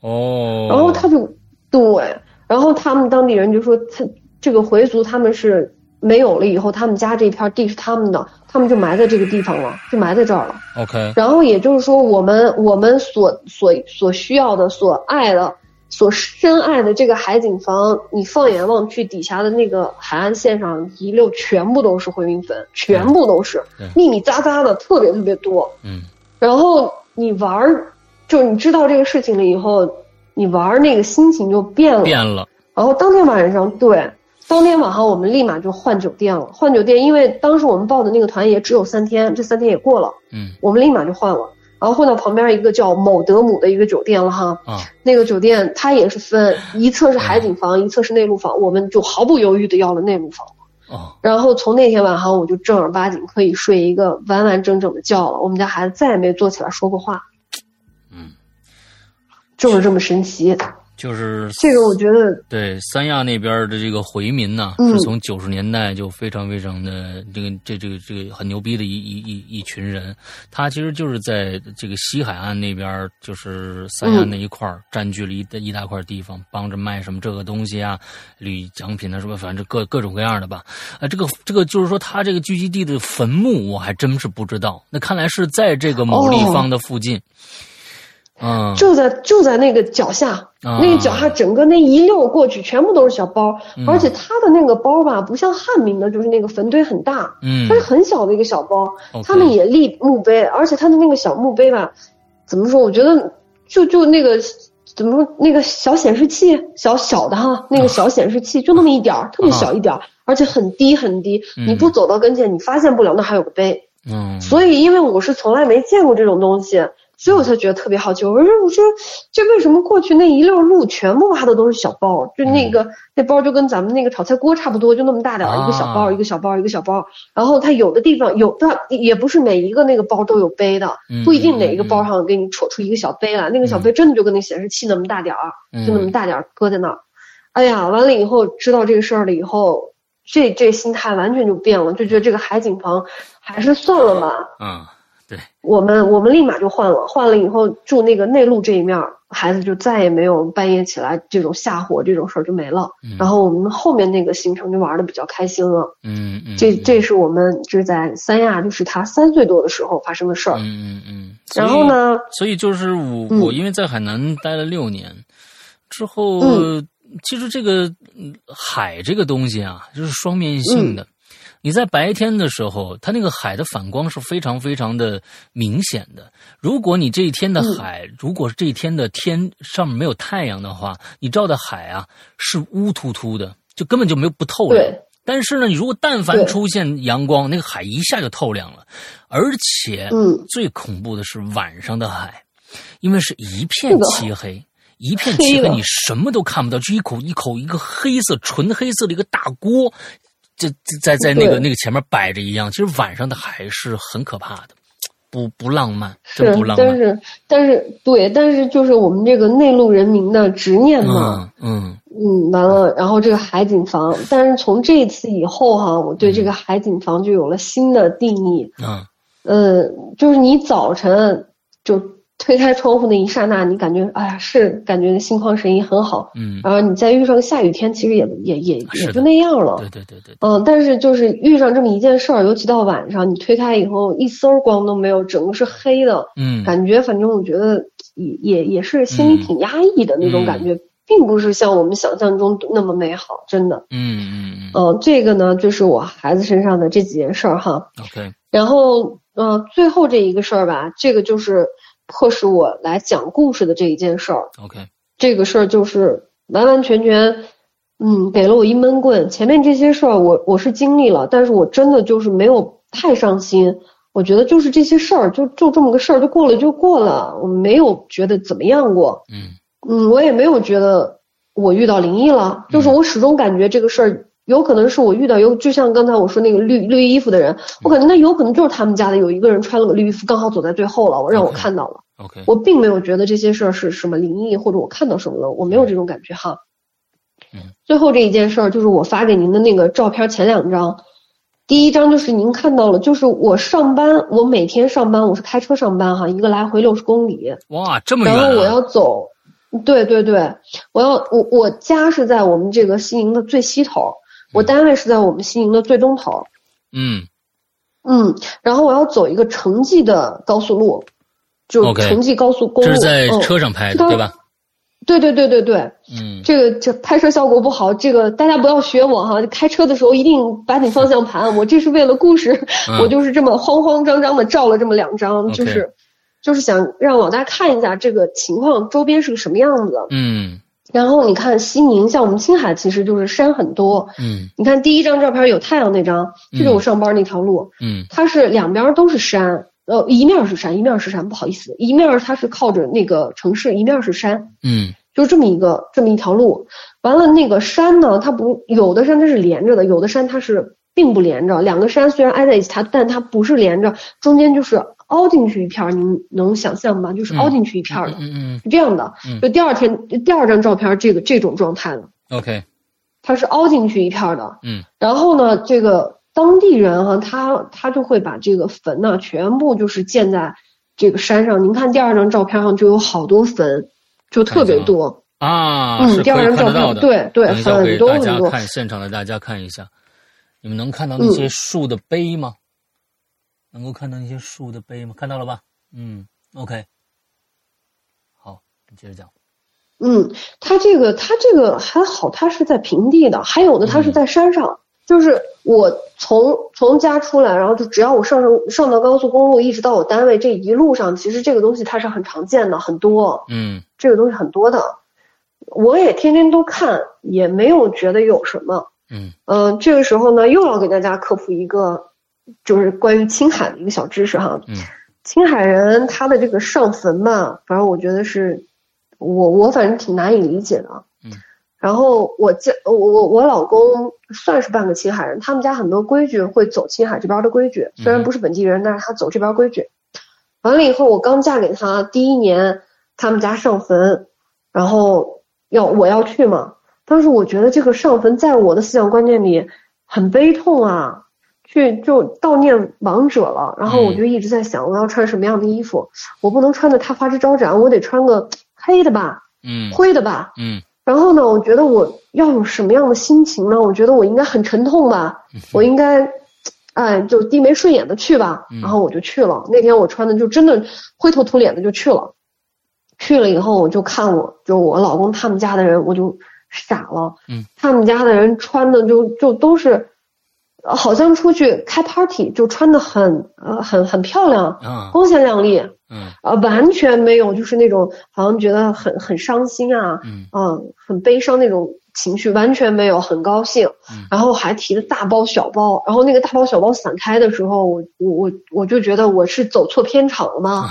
Speaker 2: 哦。
Speaker 3: 然后他就对，然后他们当地人就说他这个回族他们是没有了以后，他们家这片地是他们的，他们就埋在这个地方了，就埋在这儿了。
Speaker 2: OK，
Speaker 3: 然后也就是说，我们我们所所所需要的、所爱的、所深爱的这个海景房，你放眼望去，底下的那个海岸线上一溜全部都是回民坟，全部都是
Speaker 2: 对
Speaker 3: 密密匝匝的，特别特别多。
Speaker 2: 嗯
Speaker 3: 然后你玩儿，就是你知道这个事情了以后，你玩儿那个心情就变了。
Speaker 2: 变了。
Speaker 3: 然后当天晚上，对，当天晚上我们立马就换酒店了。换酒店，因为当时我们报的那个团也只有三天，这三天也过了，
Speaker 2: 嗯
Speaker 3: 我们立马就换了。然后换到旁边一个叫某德姆的一个酒店了哈，
Speaker 2: 啊
Speaker 3: 那个酒店它也是分一侧是海景房，一侧是内陆房，我们就毫不犹豫的要了内陆房。
Speaker 2: 哦
Speaker 3: 然后从那天晚上我就正儿八经可以睡一个完完整整的觉了。我们家孩子再也没坐起来说过话，
Speaker 2: 嗯，
Speaker 3: 就是这么神奇。
Speaker 2: 就是
Speaker 3: 这个我觉得
Speaker 2: 对三亚那边的这个回民呐，
Speaker 3: 嗯
Speaker 2: 是从九十年代就非常非常的这个这这个这个很牛逼的一一一一群人，他其实就是在这个西海岸那边，就是三亚
Speaker 3: 嗯
Speaker 2: 那一块儿占据了一大一大块地方，帮着卖什么这个东西啊，旅奖品啊什么，反正各各种各样的吧。啊，这个这个就是说，他这个聚集地的坟墓我还真是不知道，那看来是在这个某地
Speaker 3: 哦
Speaker 2: 方的附近。嗯，
Speaker 3: 就在就在那个脚下，
Speaker 2: 啊
Speaker 3: 那个脚下整个那一溜过去全部都是小包，
Speaker 2: 嗯
Speaker 3: 而且他的那个包吧，不像汉民的，就是那个坟堆很大，
Speaker 2: 嗯哦
Speaker 3: 它是很小的一个小包，
Speaker 2: OK
Speaker 3: 他们也立墓碑，而且他的那个小墓碑吧，怎么说？我觉得就就那个怎么说那个小显示器，小小的哈，那个小显示器就那么一点儿，特别小一点儿，而且很低很低，
Speaker 2: 啊嗯
Speaker 3: 你不走到跟前，你发现不了那还有个碑。
Speaker 2: 嗯，
Speaker 3: 所以，因为我是从来没见过这种东西，所以我才觉得特别好奇。我说，我说，这为什么过去那一溜路全部挖的都是小包？就那个、那包就跟咱们那个炒菜锅差不多，就那么大点
Speaker 2: 嗯
Speaker 3: 儿，
Speaker 2: 啊
Speaker 3: 一个小包，一个小包，一个小包。然后它有的地方有的也不是每一个那个包都有杯的，
Speaker 2: 嗯
Speaker 3: 不一定哪一个包上给你戳出一个小杯来，那个小杯真的就跟那显示器那么大点儿，
Speaker 2: 嗯
Speaker 3: 就那么大点儿搁在那儿。哎呀，完了以后知道这个事儿了以后，这这心态完全就变了，就觉得这个海景房还是算了吧。
Speaker 2: 嗯，对，
Speaker 3: 我们我们立马就换了，换了以后住那个内陆这一面儿，孩子就再也没有半夜起来这种吓唬这种事儿就没了。
Speaker 2: 嗯
Speaker 3: 然后我们后面那个行程就玩的比较开心了。
Speaker 2: 嗯嗯，
Speaker 3: 这
Speaker 2: 嗯
Speaker 3: 这是我们就是在三亚，就是他三岁多的时候发生的事儿。
Speaker 2: 嗯嗯嗯，
Speaker 3: 然后呢，
Speaker 2: 所以？所以就是我、
Speaker 3: 嗯
Speaker 2: 我因为在海南待了六年之后，
Speaker 3: 嗯
Speaker 2: 其实这个嗯海这个东西啊，就是双面
Speaker 3: 嗯
Speaker 2: 性的。你在白天的时候，它那个海的反光是非常非常的明显的。如果你这一天的
Speaker 3: 嗯
Speaker 2: 海，如果这一天的天上面没有太阳的话，你照的海啊是乌突突的，就根本就没有不透亮
Speaker 3: 对。
Speaker 2: 但是呢，你如果但凡
Speaker 3: 对
Speaker 2: 出现阳光，那个海一下就透亮了，而且，
Speaker 3: 嗯
Speaker 2: 最恐怖的是晚上的海，因为是一片漆黑，一片漆黑，你什么都看不到，就一口一口一个黑色纯黑色的一个大锅，就就在在那个
Speaker 3: 对
Speaker 2: 那个前面摆着一样。其实晚上的海是很可怕的，不不浪漫，真
Speaker 3: 是
Speaker 2: 不，浪
Speaker 3: 但
Speaker 2: 漫。
Speaker 3: 是但是对，但是就是我们这个内陆人民的执念嘛，
Speaker 2: 嗯嗯
Speaker 3: 嗯，完了，然后这个海景房，但是从这次以后哈、我对这个海景房就有了新的定义。
Speaker 2: 嗯
Speaker 3: 呃，就是你早晨就推开窗户那一刹那，你感觉哎呀是感觉心旷神怡很好，
Speaker 2: 嗯，啊
Speaker 3: 然后你再遇上下雨天，其实也也也
Speaker 2: 是的
Speaker 3: 也就那样了
Speaker 2: 对。对对对，对
Speaker 3: 嗯，但是就是遇上这么一件事儿，尤其到晚上，你推开以后一丝儿光都没有，整个是黑的，
Speaker 2: 嗯
Speaker 3: 感觉反正我觉得也也也是心里挺压抑的那种感觉，并不是像我们想象中那么美好，真的。
Speaker 2: 嗯嗯嗯
Speaker 3: 嗯，这个呢就是我孩子身上的这几件事儿哈。
Speaker 2: ，OK，
Speaker 3: 然后，呃，最后这一个事儿吧，这个就是迫使我来讲故事的这一件事儿。
Speaker 2: OK，
Speaker 3: 这个事儿就是完完全全，嗯，给了我一闷棍。前面这些事儿我我是经历了，但是我真的就是没有太上心。我觉得就是这些事儿，就就这么个事儿，就过了就过了，我没有觉得怎么样过。
Speaker 2: 嗯
Speaker 3: 嗯，我也没有觉得我遇到灵异了，就是
Speaker 2: 嗯
Speaker 3: 我始终感觉这个事儿有可能是我遇到有，就像刚才我说那个绿绿衣服的人，我感觉那有可能就是他们家的有一个人穿了个绿衣服，刚好走在最后了，我让我
Speaker 2: OK
Speaker 3: 看到了，
Speaker 2: ，OK，
Speaker 3: 我并没有觉得这些事儿是什么灵异或者我看到什么了，我没有这种感觉哈
Speaker 2: 嗯。
Speaker 3: 最后这一件事儿就是我发给您的那个照片前两张，第一张就是您看到了，就是我上班，我每天上班我是开车上班哈，一个来回六十公里，
Speaker 2: 哇，这么远
Speaker 3: 然后我
Speaker 2: 啊，
Speaker 3: 要走，对对对，我要我我家是在我们这个西宁的最西头，我
Speaker 2: 嗯
Speaker 3: 单位是在我们西宁的最东头，
Speaker 2: 嗯
Speaker 3: 嗯，然后我要走一个城际的高速路，就
Speaker 2: OK
Speaker 3: 城际高速公
Speaker 2: 这
Speaker 3: 路，
Speaker 2: 是在
Speaker 3: 嗯
Speaker 2: 车上拍
Speaker 3: 这
Speaker 2: 的
Speaker 3: 个
Speaker 2: 对吧？
Speaker 3: 对对对对对，
Speaker 2: 嗯
Speaker 3: 这个这拍摄效果不好，这个大家不要学我哈，开车的时候一定把你方向盘，我这是为了故事，
Speaker 2: 嗯
Speaker 3: 我就是这么慌慌张张的照了这么两张，
Speaker 2: OK
Speaker 3: 就是就是想让老大看一下这个情况周边是个什么样子。
Speaker 2: 嗯
Speaker 3: 然后你看西宁，像我们青海其实就是山很多。
Speaker 2: 嗯
Speaker 3: 你看第一张照片有太阳那张，就是我上班那条路，
Speaker 2: 嗯
Speaker 3: 它是两边都是山，呃，一面是山，一面是山，不好意思，一面它是靠着那个城市，一面是山，
Speaker 2: 嗯
Speaker 3: 就这么一个这么一条路。完了，那个山呢，它不有的山它是连着的，有的山它是并不连着。两个山虽然挨在一起，它但它不是连着，中间就是凹进去一片儿，你能想象吗？就是凹进去一片儿的。
Speaker 2: 嗯嗯
Speaker 3: 是这样的
Speaker 2: 嗯，
Speaker 3: 就第二天第二张照片，这个这种状态的，
Speaker 2: ，OK，
Speaker 3: 它是凹进去一片儿的。
Speaker 2: 嗯
Speaker 3: 然后呢，这个当地人哈、他他就会把这个坟呢、全部就是建在这个山上。您看第二张照片上就有好多坟，就特别多。
Speaker 2: 啊，
Speaker 3: 嗯
Speaker 2: 是，
Speaker 3: 第
Speaker 2: 可
Speaker 3: 二
Speaker 2: 以
Speaker 3: 张
Speaker 2: 看
Speaker 3: 照
Speaker 2: 得到
Speaker 3: 片，
Speaker 2: 的，
Speaker 3: 对对，
Speaker 2: 等一下我给
Speaker 3: 很多
Speaker 2: 大
Speaker 3: 很
Speaker 2: 家
Speaker 3: 多。嗯
Speaker 2: 看现场的大家看一下，你们能看到那些树的碑吗？能够看到那些树的碑吗？看到了吧？嗯，OK，好，你接着讲。
Speaker 3: 嗯，它这个它这个还好，它是在平地的，还有的它是
Speaker 2: 嗯
Speaker 3: 在山上。就是我从从家出来，然后就只要我上上上到高速公路，一直到我单位这一路上，其实这个东西它是很常见的，很多。
Speaker 2: 嗯
Speaker 3: 这个东西很多的，我也天天都看，也没有觉得有什么。
Speaker 2: 嗯
Speaker 3: 嗯、这个时候呢，又要给大家科普一个，就是关于青海的一个小知识哈。
Speaker 2: 嗯
Speaker 3: 青海人他的这个上坟吧，反正我觉得是，我我反正挺难以理解的。啊
Speaker 2: 嗯。
Speaker 3: 然后我家我我我老公算是半个青海人，他们家很多规矩会走青海这边的规矩，虽然
Speaker 2: 嗯
Speaker 3: 不是本地人，但是他走这边规矩。完了以后，我刚嫁给他第一年，他们家上坟，然后要我要去嘛。当时我觉得这个上坟在我的思想观念里很悲痛啊，去就悼念亡者了。然后我就一直在想，我要穿什么样的衣服？我不能穿的太花枝招展，我得穿个黑的吧，
Speaker 2: 嗯
Speaker 3: 灰的吧。
Speaker 2: 嗯
Speaker 3: 然后呢，我觉得我要有什么样的心情呢？我觉得我应该很沉痛吧，
Speaker 2: 嗯
Speaker 3: 我应该，哎，就低眉顺眼的去吧
Speaker 2: 嗯。
Speaker 3: 然后我就去了。那天我穿的就真的灰头土脸的就去了。去了以后，我就看我就我老公他们家的人，我就傻了。
Speaker 2: 嗯，
Speaker 3: 他们家的人穿的就就都是，呃好像出去开 party 就穿的很呃很很漂亮，
Speaker 2: 啊
Speaker 3: 光鲜亮丽，
Speaker 2: 嗯
Speaker 3: 呃完全没有就是那种好像觉得很很伤心啊，
Speaker 2: 嗯
Speaker 3: 嗯，很悲伤那种情绪，完全没有，很高兴
Speaker 2: 嗯。
Speaker 3: 然后还提了大包小包，然后那个大包小包散开的时候，我我我我就觉得我是啊
Speaker 2: <laughs> 啊
Speaker 3: 走错片场了吗？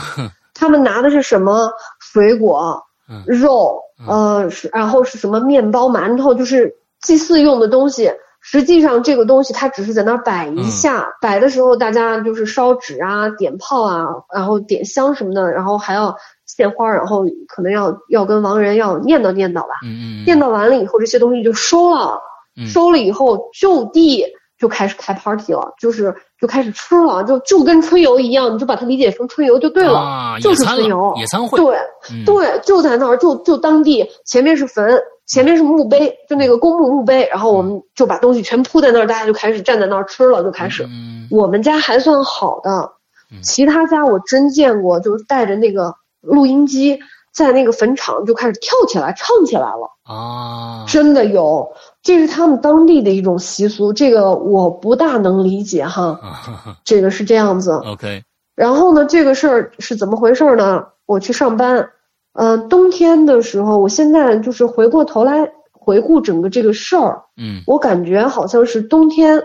Speaker 3: 他们拿的是什么水果
Speaker 2: 嗯、
Speaker 3: 肉、呃，是然后是什么面包、馒头，就是祭祀用的东西。实际上，这个东西它只是在那儿摆
Speaker 2: 嗯
Speaker 3: 一下，摆的时候大家就是烧纸啊、点炮啊，然后点香什么的，然后还要献花，然后可能要要跟亡人要念叨念叨吧。
Speaker 2: 嗯嗯
Speaker 3: 念叨完了以后，这些东西就收了，
Speaker 2: 嗯
Speaker 3: 收了以后就地就开始开 party 了，就是就开始吃了，就就跟春游一样，你就把它理解成春游就对了，
Speaker 2: 啊
Speaker 3: 就
Speaker 2: 野
Speaker 3: 是
Speaker 2: 餐了
Speaker 3: 春游，
Speaker 2: 野餐会，
Speaker 3: 对。
Speaker 2: 嗯，
Speaker 3: 对，就在那儿，就就当地前面是坟，前面是墓碑，就那个公墓墓碑，然后我
Speaker 2: 嗯
Speaker 3: 们就把东西全铺在那儿，大家就开始站在那儿吃了，就开始。
Speaker 2: 嗯
Speaker 3: 我们家还算好的
Speaker 2: 嗯，
Speaker 3: 其他家我真见过，就是带着那个录音机在那个坟场就开始跳起来、唱起来了，
Speaker 2: 啊，
Speaker 3: 真的有，这是他们当地的一种习俗，这个我不大能理解哈，
Speaker 2: 啊
Speaker 3: 这个是这样子。
Speaker 2: <laughs> ，OK，
Speaker 3: 然后呢，这个事儿是怎么回事儿呢？我去上班，呃，冬天的时候，我现在就是回过头来回顾整个这个事儿，
Speaker 2: 嗯
Speaker 3: 我感觉好像是冬天，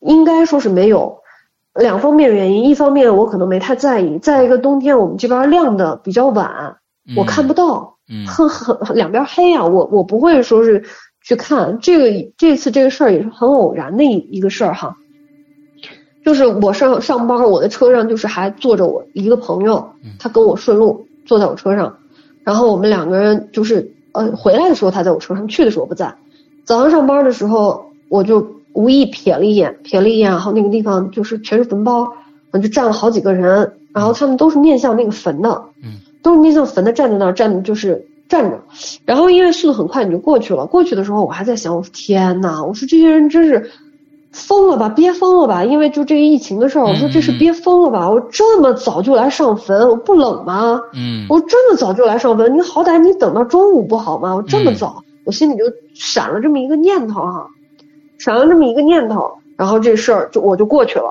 Speaker 3: 应该说是没有两方面原因，一方面我可能没太在意，再一个冬天我们这边亮的比较晚，我看不到，
Speaker 2: 嗯
Speaker 3: 很很 <laughs> 两边黑啊，我我不会说是去看这个这次这个事儿也是很偶然的一一个事儿哈。就是我上上班，我的车上就是还坐着我一个朋友
Speaker 2: 嗯，
Speaker 3: 他跟我顺路坐在我车上，然后我们两个人就是呃回来的时候他在我车上，去的时候不在。早上上班的时候我就无意瞥了一眼，瞥了一眼，然后那个地方就是全是坟包，我就站了好几个人，然后他们都是面向那个坟的，
Speaker 2: 嗯，
Speaker 3: 都是面向坟的站在那儿站就是站着，然后因为速度很快你就过去了，过去的时候我还在想，我说天呐，我说这些人真是。疯了吧，憋疯了吧！因为就这个疫情的事儿，我说这
Speaker 2: 嗯
Speaker 3: 是
Speaker 2: 嗯嗯
Speaker 3: 憋疯了吧！我这么早就来上坟，我不冷吗？
Speaker 2: 嗯
Speaker 3: 我这么早就来上坟，你好歹你等到中午不好吗？我这么早，我心里就闪了这么一个念头哈、闪了这么一个念头，然后这事儿就我就过去了。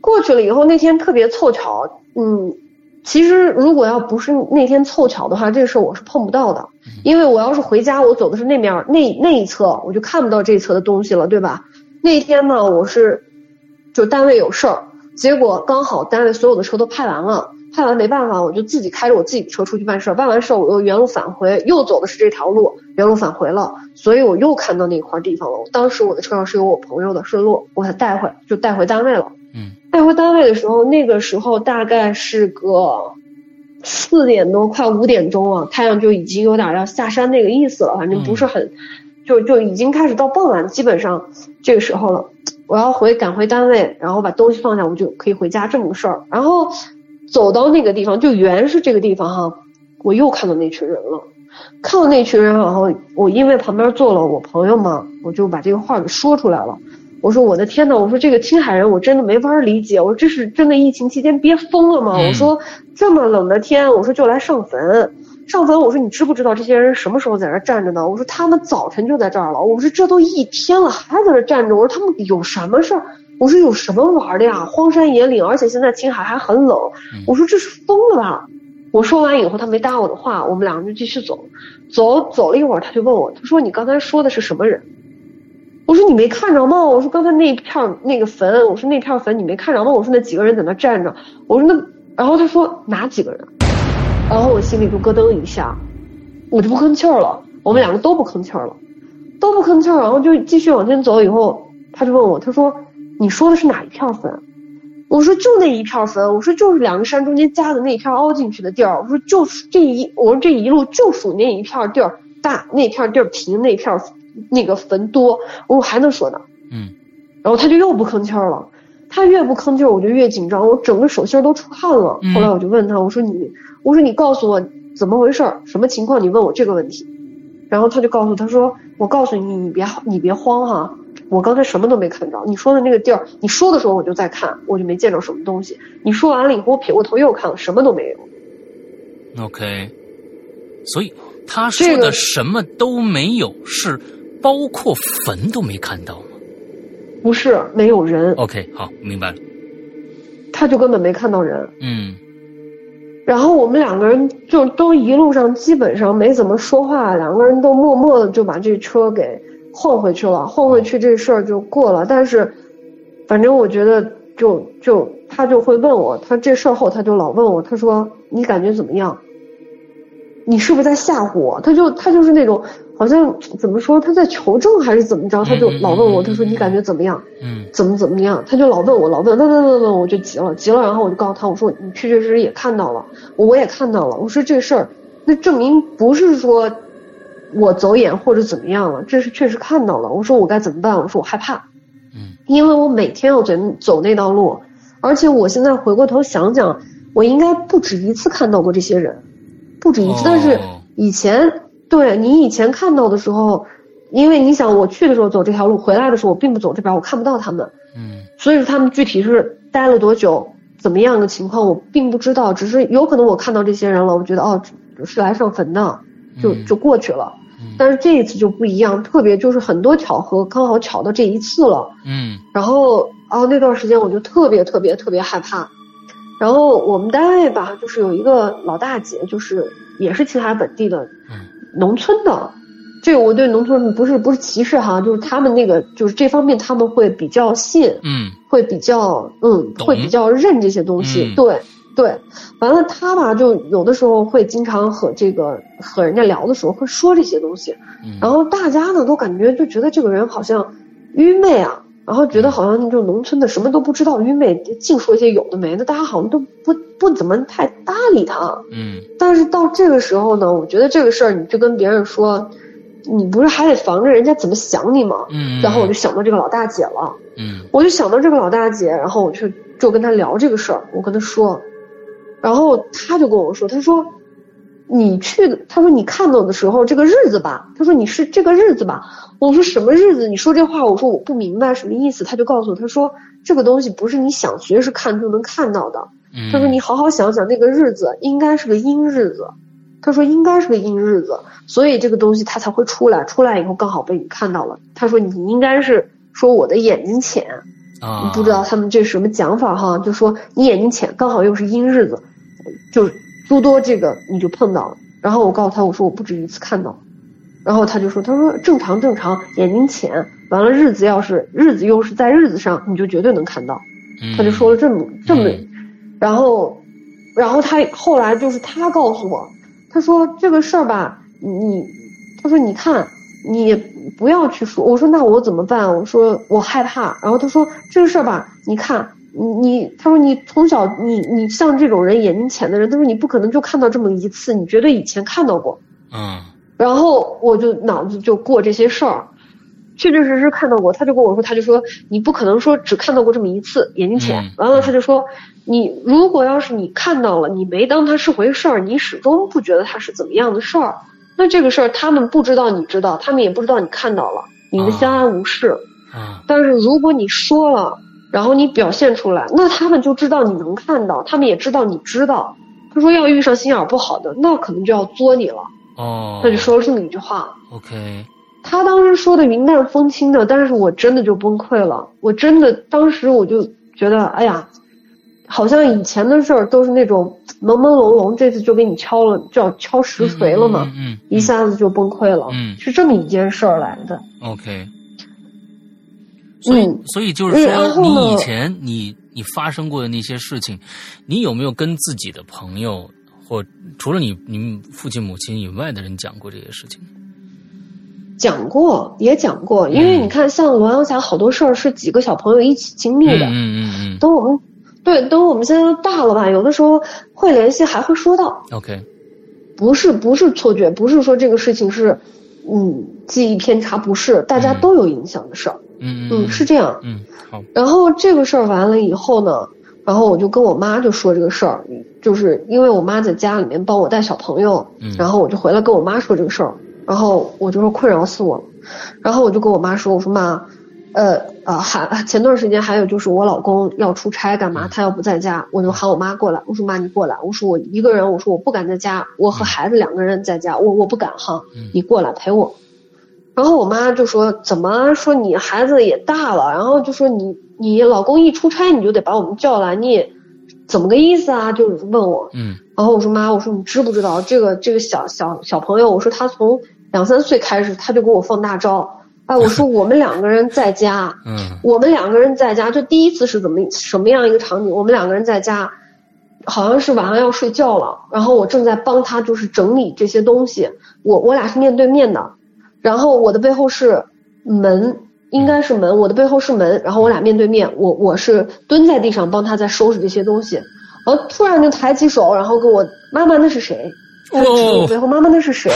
Speaker 3: 过去了以后，那天特别凑巧，嗯，其实如果要不是那天凑巧的话，这事儿我是碰不到的，因为我要是回家，我走的是那面儿那那一侧，我就看不到这一侧的东西了，对吧？那天呢，我是就单位有事儿，结果刚好单位所有的车都派完了，派完没办法，我就自己开着我自己的车出去办事儿。办完事儿，我又原路返回，又走的是这条路，原路返回了，所以我又看到那块地方了。我当时我的车上是有我朋友的，顺路我给他带回，就带回单位了。
Speaker 2: 嗯，
Speaker 3: 带回单位的时候，那个时候大概是个四点多，快五点钟了，太阳就已经有点要下山那个意思了，反正不是很，就就已经开始到傍晚，基本上这个时候了。我要回赶回单位，然后把东西放下，我就可以回家这么个事儿。然后走到那个地方，就原是这个地方哈，我又看到那群人了。看到那群人，然后我因为旁边坐了我朋友嘛，我就把这个话给说出来了。我说我的天呐，我说这个青海人我真的没法理解，我说这是真的疫情期间憋疯了吗？
Speaker 2: 嗯
Speaker 3: 我说这么冷的天，我说就来上坟，上坟我说你知不知道这些人什么时候在这儿站着呢？我说他们早晨就在这儿了，我说这都一天了还在这儿站着，我说他们有什么事儿？我说有什么玩的呀？荒山野岭，而且现在青海还很冷
Speaker 2: 嗯，
Speaker 3: 我说这是疯了吧？我说完以后，他没搭我的话，我们两个就继续走，走走了一会儿，他就问我，他说你刚才说的是什么人？我说你没看着吗？我说刚才那片儿那个坟，我说那片儿坟你没看着吗？我说那几个人在那站着，我说那，然后他说哪几个人？然后我心里就咯噔一下，我就不吭气儿了，我们两个都不吭气儿了，都不吭气儿，然后就继续往前走。以后他就问我，他说你说的是哪一片儿坟？啊我说就那一片儿坟，我说就是两个山中间夹的那一片儿凹进去的地儿，我说就是这一，我说这一路就属那一片儿地儿大，那片儿地儿平，那片儿那个坟多，我还能说呢。
Speaker 2: 嗯
Speaker 3: 然后他就又不吭气儿了。他越不吭气儿，我就越紧张，我整个手心儿都出汗了
Speaker 2: 嗯。
Speaker 3: 后来我就问他，我说你，我说你告诉我怎么回事儿，什么情况？你问我这个问题。然后他就告诉我他说，我告诉你，你别你别慌哈、我刚才什么都没看着。你说的那个地儿，你说的时候我就在看，我就没见着什么东西。你说完了以后，我撇过头又看了，什么都没有。
Speaker 2: ，OK，所以他说
Speaker 3: 这
Speaker 2: 的
Speaker 3: 个
Speaker 2: 什么都没有，是包括坟都没看到吗
Speaker 3: 不是没有人，
Speaker 2: ？OK，好，明白了，
Speaker 3: 他就根本没看到人。
Speaker 2: 嗯
Speaker 3: 然后我们两个人就都一路上基本上没怎么说话，两个人都默默的就把这车给晃回去了，晃回去这事儿就过了。但是，反正我觉得就就他就会问我，他这事儿后他就老问我，他说你感觉怎么样？你是不是在吓唬我？他就他就是那种好像怎么说他在求证还是怎么着，他就老问我，他说你感觉怎么样？
Speaker 2: 嗯
Speaker 3: 怎么怎么样？他就老问我，老问，问问问问，我就急了，急了，然后我就告诉他，我说你确确实实也看到了，我也看到了，我说这事儿，那证明不是说我走眼或者怎么样了，这是确实看到了。我说我该怎么办？我说我害怕，
Speaker 2: 嗯
Speaker 3: 因为我每天要走走那道路，而且我现在回过头想想，我应该不止一次看到过这些人，不止一次，但是
Speaker 2: 哦
Speaker 3: 以前对你以前看到的时候。因为你想，我去的时候走这条路，回来的时候我并不走这边，我看不到他们。
Speaker 2: 嗯
Speaker 3: 所以说他们具体是待了多久，怎么样的情况我并不知道，只是有可能我看到这些人了，我觉得哦是来上坟的，就
Speaker 2: 嗯
Speaker 3: 就过去了。
Speaker 2: 嗯
Speaker 3: 但是这一次就不一样，特别就是很多巧合，刚好巧到这一次了。
Speaker 2: 嗯
Speaker 3: 然后啊那段时间我就特别特别特别害怕。然后我们单位吧，就是有一个老大姐，就是也是青海本地的
Speaker 2: 嗯，
Speaker 3: 农村的。这个我对农村不是不是歧视哈，就是他们那个就是这方面他们会比较信，
Speaker 2: 嗯
Speaker 3: 会比较嗯，
Speaker 2: 懂
Speaker 3: 会比较认这些东西。
Speaker 2: 嗯
Speaker 3: 对对，完了他吧，就有的时候会经常和这个和人家聊的时候会说这些东西，
Speaker 2: 嗯，
Speaker 3: 然后大家呢都感觉就觉得这个人好像愚昧啊。然后觉
Speaker 2: 嗯
Speaker 3: 得好像那种农村的什么都不知道，愚昧，净说一些有的没的，大家好像都不不怎么太搭理他。
Speaker 2: 嗯
Speaker 3: 但是到这个时候呢，我觉得这个事儿你就跟别人说，你不是还得防着人家怎么想你吗？
Speaker 2: 嗯，
Speaker 3: 然后我就想到这个老大姐了，
Speaker 2: 嗯
Speaker 3: 我就想到这个老大姐，然后我就就跟她聊这个事儿，我跟她说，然后她就跟我说，她说你去的，她说你看到的时候这个日子吧，她说你是这个日子吧，我说什么日子？你说这话，我说我不明白什么意思，她就告诉我，她说这个东西不是你想随时看就能看到的，
Speaker 2: 嗯，
Speaker 3: 她说你好好想想那个日子应该是个阴日子。她说应该是个阴日子，所以这个东西它才会出来。出来以后刚好被你看到了。她说你应该是说我的眼睛浅，
Speaker 2: 啊
Speaker 3: 不知道他们这是什么讲法哈，就说你眼睛浅，刚好又是阴日子，就是诸多这个你就碰到了。然后我告诉他，我说我不止一次看到，然后他就说，他说正常正常，眼睛浅，完了日子要是日子又是在日子上，你就绝对能看到。
Speaker 2: 嗯，
Speaker 3: 他就说了这么这么
Speaker 2: 嗯，
Speaker 3: 然后，然后他后来就是他告诉我，他说这个事儿吧，你，他说你看，你也不要去说。我说那我怎么办？我说我害怕。然后他说这个事儿吧，你看，你你，他说你从小你你像这种人眼睛浅的人，他说你不可能就看到这么一次，你绝对以前看到过。
Speaker 2: 嗯
Speaker 3: 然后我就脑子就过这些事儿，确确实实看到过。他就跟我说，他就说你不可能说只看到过这么一次，眼睛浅。
Speaker 2: 嗯
Speaker 3: 完了，他就说你如果要是你看到了，你没当它是回事儿，你始终不觉得它是怎么样的事儿，那这个事儿他们不知道你知道，他们也不知道你看到了，你们相安无事。
Speaker 2: 啊
Speaker 3: 但是如果你说了，然后你表现出来，那他们就知道你能看到，他们也知道你知道。他说要遇上心眼儿不好的，那可能就要作你了。
Speaker 2: 哦，
Speaker 3: 他就说了这么一句话。
Speaker 2: OK，
Speaker 3: 他当时说的云淡风轻的，但是我真的就崩溃了，我真的当时我就觉得，哎呀，好像以前的事儿都是那种朦朦胧胧，这次就给你敲了，叫敲实锤了嘛，
Speaker 2: 嗯嗯嗯
Speaker 3: 一下子就崩溃了，
Speaker 2: 嗯
Speaker 3: 是这么一件事儿来的。
Speaker 2: OK，所以、
Speaker 3: 嗯
Speaker 2: 所以就是
Speaker 3: 嗯然
Speaker 2: 说，
Speaker 3: 后呢
Speaker 2: 你以前你你发生过的那些事情，你有没有跟自己的朋友或除了你你父亲母亲以外的人讲过这些事情？
Speaker 3: 讲过，也讲过，因为
Speaker 2: 嗯
Speaker 3: 你看，像罗阳霞好多事儿是几个小朋友一起经历的，
Speaker 2: 嗯嗯嗯
Speaker 3: 等我们，对，等我们现在都大了吧，有的时候会联系，还会说到。
Speaker 2: 嗯，OK，
Speaker 3: 不是不是错觉，不是说这个事情是，嗯，记忆偏差，不是，大家
Speaker 2: 嗯
Speaker 3: 都有影响的事儿，
Speaker 2: 嗯
Speaker 3: 嗯，
Speaker 2: 嗯
Speaker 3: 是这样。
Speaker 2: 嗯好，
Speaker 3: 然后这个事儿完了以后呢，然后我就跟我妈就说这个事儿，就是因为我妈在家里面帮我带小朋友，
Speaker 2: 嗯
Speaker 3: 然后我就回来跟我妈说这个事儿，然后我就说困扰死我了，然后我就跟我妈说，我说妈，呃呃，还前段时间还有就是我老公要出差
Speaker 2: 嗯
Speaker 3: 干嘛，他要不在家，我就喊我妈过来，我说妈你过来，我说我一个人，我说我不敢在家，我和孩子两个人在家，我我不敢哈
Speaker 2: 嗯，
Speaker 3: 你过来陪我。然后我妈就说：“怎么说你孩子也大了，然后就说你你老公一出差你就得把我们叫来，你也怎么个意思啊？”就是问我，
Speaker 2: 嗯
Speaker 3: 然后我说妈，我说你知不知道这个这个小小小朋友？我说他从两三岁开始他就给我放大招，哎，我说我们两个人在家，
Speaker 2: 嗯
Speaker 3: 我们两个人在家，这第一次是怎么什么样一个场景？我们两个人在家，好像是晚上要睡觉了，然后我正在帮他就是整理这些东西，我我俩是面对面的，然后我的背后是门，应该是门，我的背后是门，然后我俩面对面，我我是蹲在地上帮他在收拾这些东西，然后突然就抬起手，然后跟我妈妈那是谁？他指着我背后，妈妈那是谁？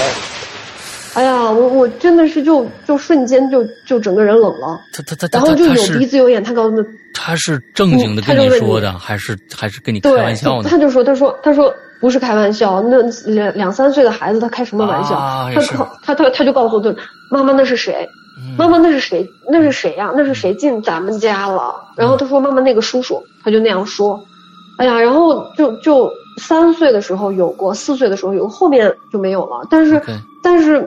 Speaker 3: 哎呀，我我真的是就就瞬间就就整个人冷了，
Speaker 2: 他他他，
Speaker 3: 然后就有鼻子有眼，他告诉
Speaker 2: 他是正
Speaker 3: 嗯
Speaker 2: 经的跟你说的，还是还是跟你开
Speaker 3: 对
Speaker 2: 玩笑，呢？
Speaker 3: 他就说，他说，他说不是开玩笑，那两两三岁的孩子他开什么玩笑？
Speaker 2: 啊也
Speaker 3: 他
Speaker 2: 是
Speaker 3: 告他他他就告诉我，妈妈那是谁？
Speaker 2: 嗯嗯
Speaker 3: 妈妈那是谁？那是谁呀、那是谁进咱们家了？然后他说妈妈那个叔叔，他就那样说。哎呀，然后就就三岁的时候有过，四岁的时候有，后面就没有了。但是
Speaker 2: OK
Speaker 3: 但是。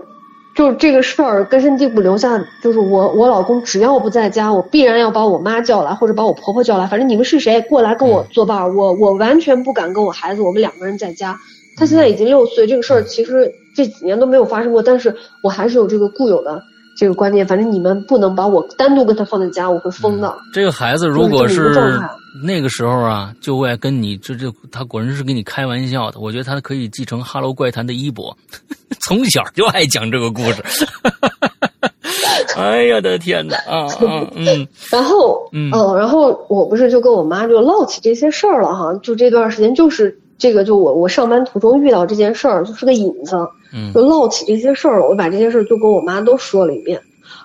Speaker 3: 就这个事儿根深蒂固留下，就是我我老公只要不在家，我必然要把我妈叫来，或者把我婆婆叫来，反正你们是谁过来跟我作伴儿，我我完全不敢跟我孩子，我们两个人在家，他现在已经六岁，这个事儿其实这几年都没有发生过，但是我还是有这个固有的这个观念，反正你们不能把我单独跟他放在家，我会疯的。
Speaker 2: 这个孩子如果
Speaker 3: 就是这么一个
Speaker 2: 是
Speaker 3: 状态
Speaker 2: 那个时候啊，就会跟你这这，他果然是跟你开玩笑的。我觉得他可以继承《哈喽怪谈》的衣钵，从小就爱讲这个故事。哎呀，我的天哪！啊啊嗯
Speaker 3: 然后，
Speaker 2: 嗯
Speaker 3: 呃然后我不是就跟我妈就唠起这些事儿了哈，就这段时间就是这个，就我我上班途中遇到这件事儿，就是个引子，
Speaker 2: 嗯
Speaker 3: 就唠起这些事儿了，我把这些事儿就跟我妈都说了一遍，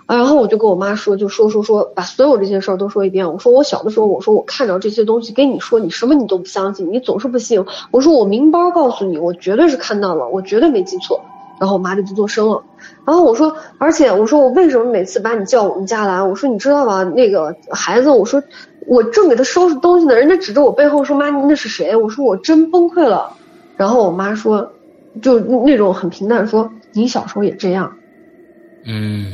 Speaker 3: 啊然后我就跟我妈说，就说说说，把所有这些事儿都说一遍。我说我小的时候，我说我看着这些东西跟你说，你什么你都不相信，你总是不信。我说我明包告诉你，我绝对是看到了，我绝对没记错。然后我妈就不做声了。然后我说，而且我说我为什么每次把你叫我们家来？我说你知道吧，那个孩子，我说我正给他收拾东西呢，人家指着我背后说妈那是谁？我说我真崩溃了。然后我妈说，就那种很平淡地说你小时候也这样。
Speaker 2: 嗯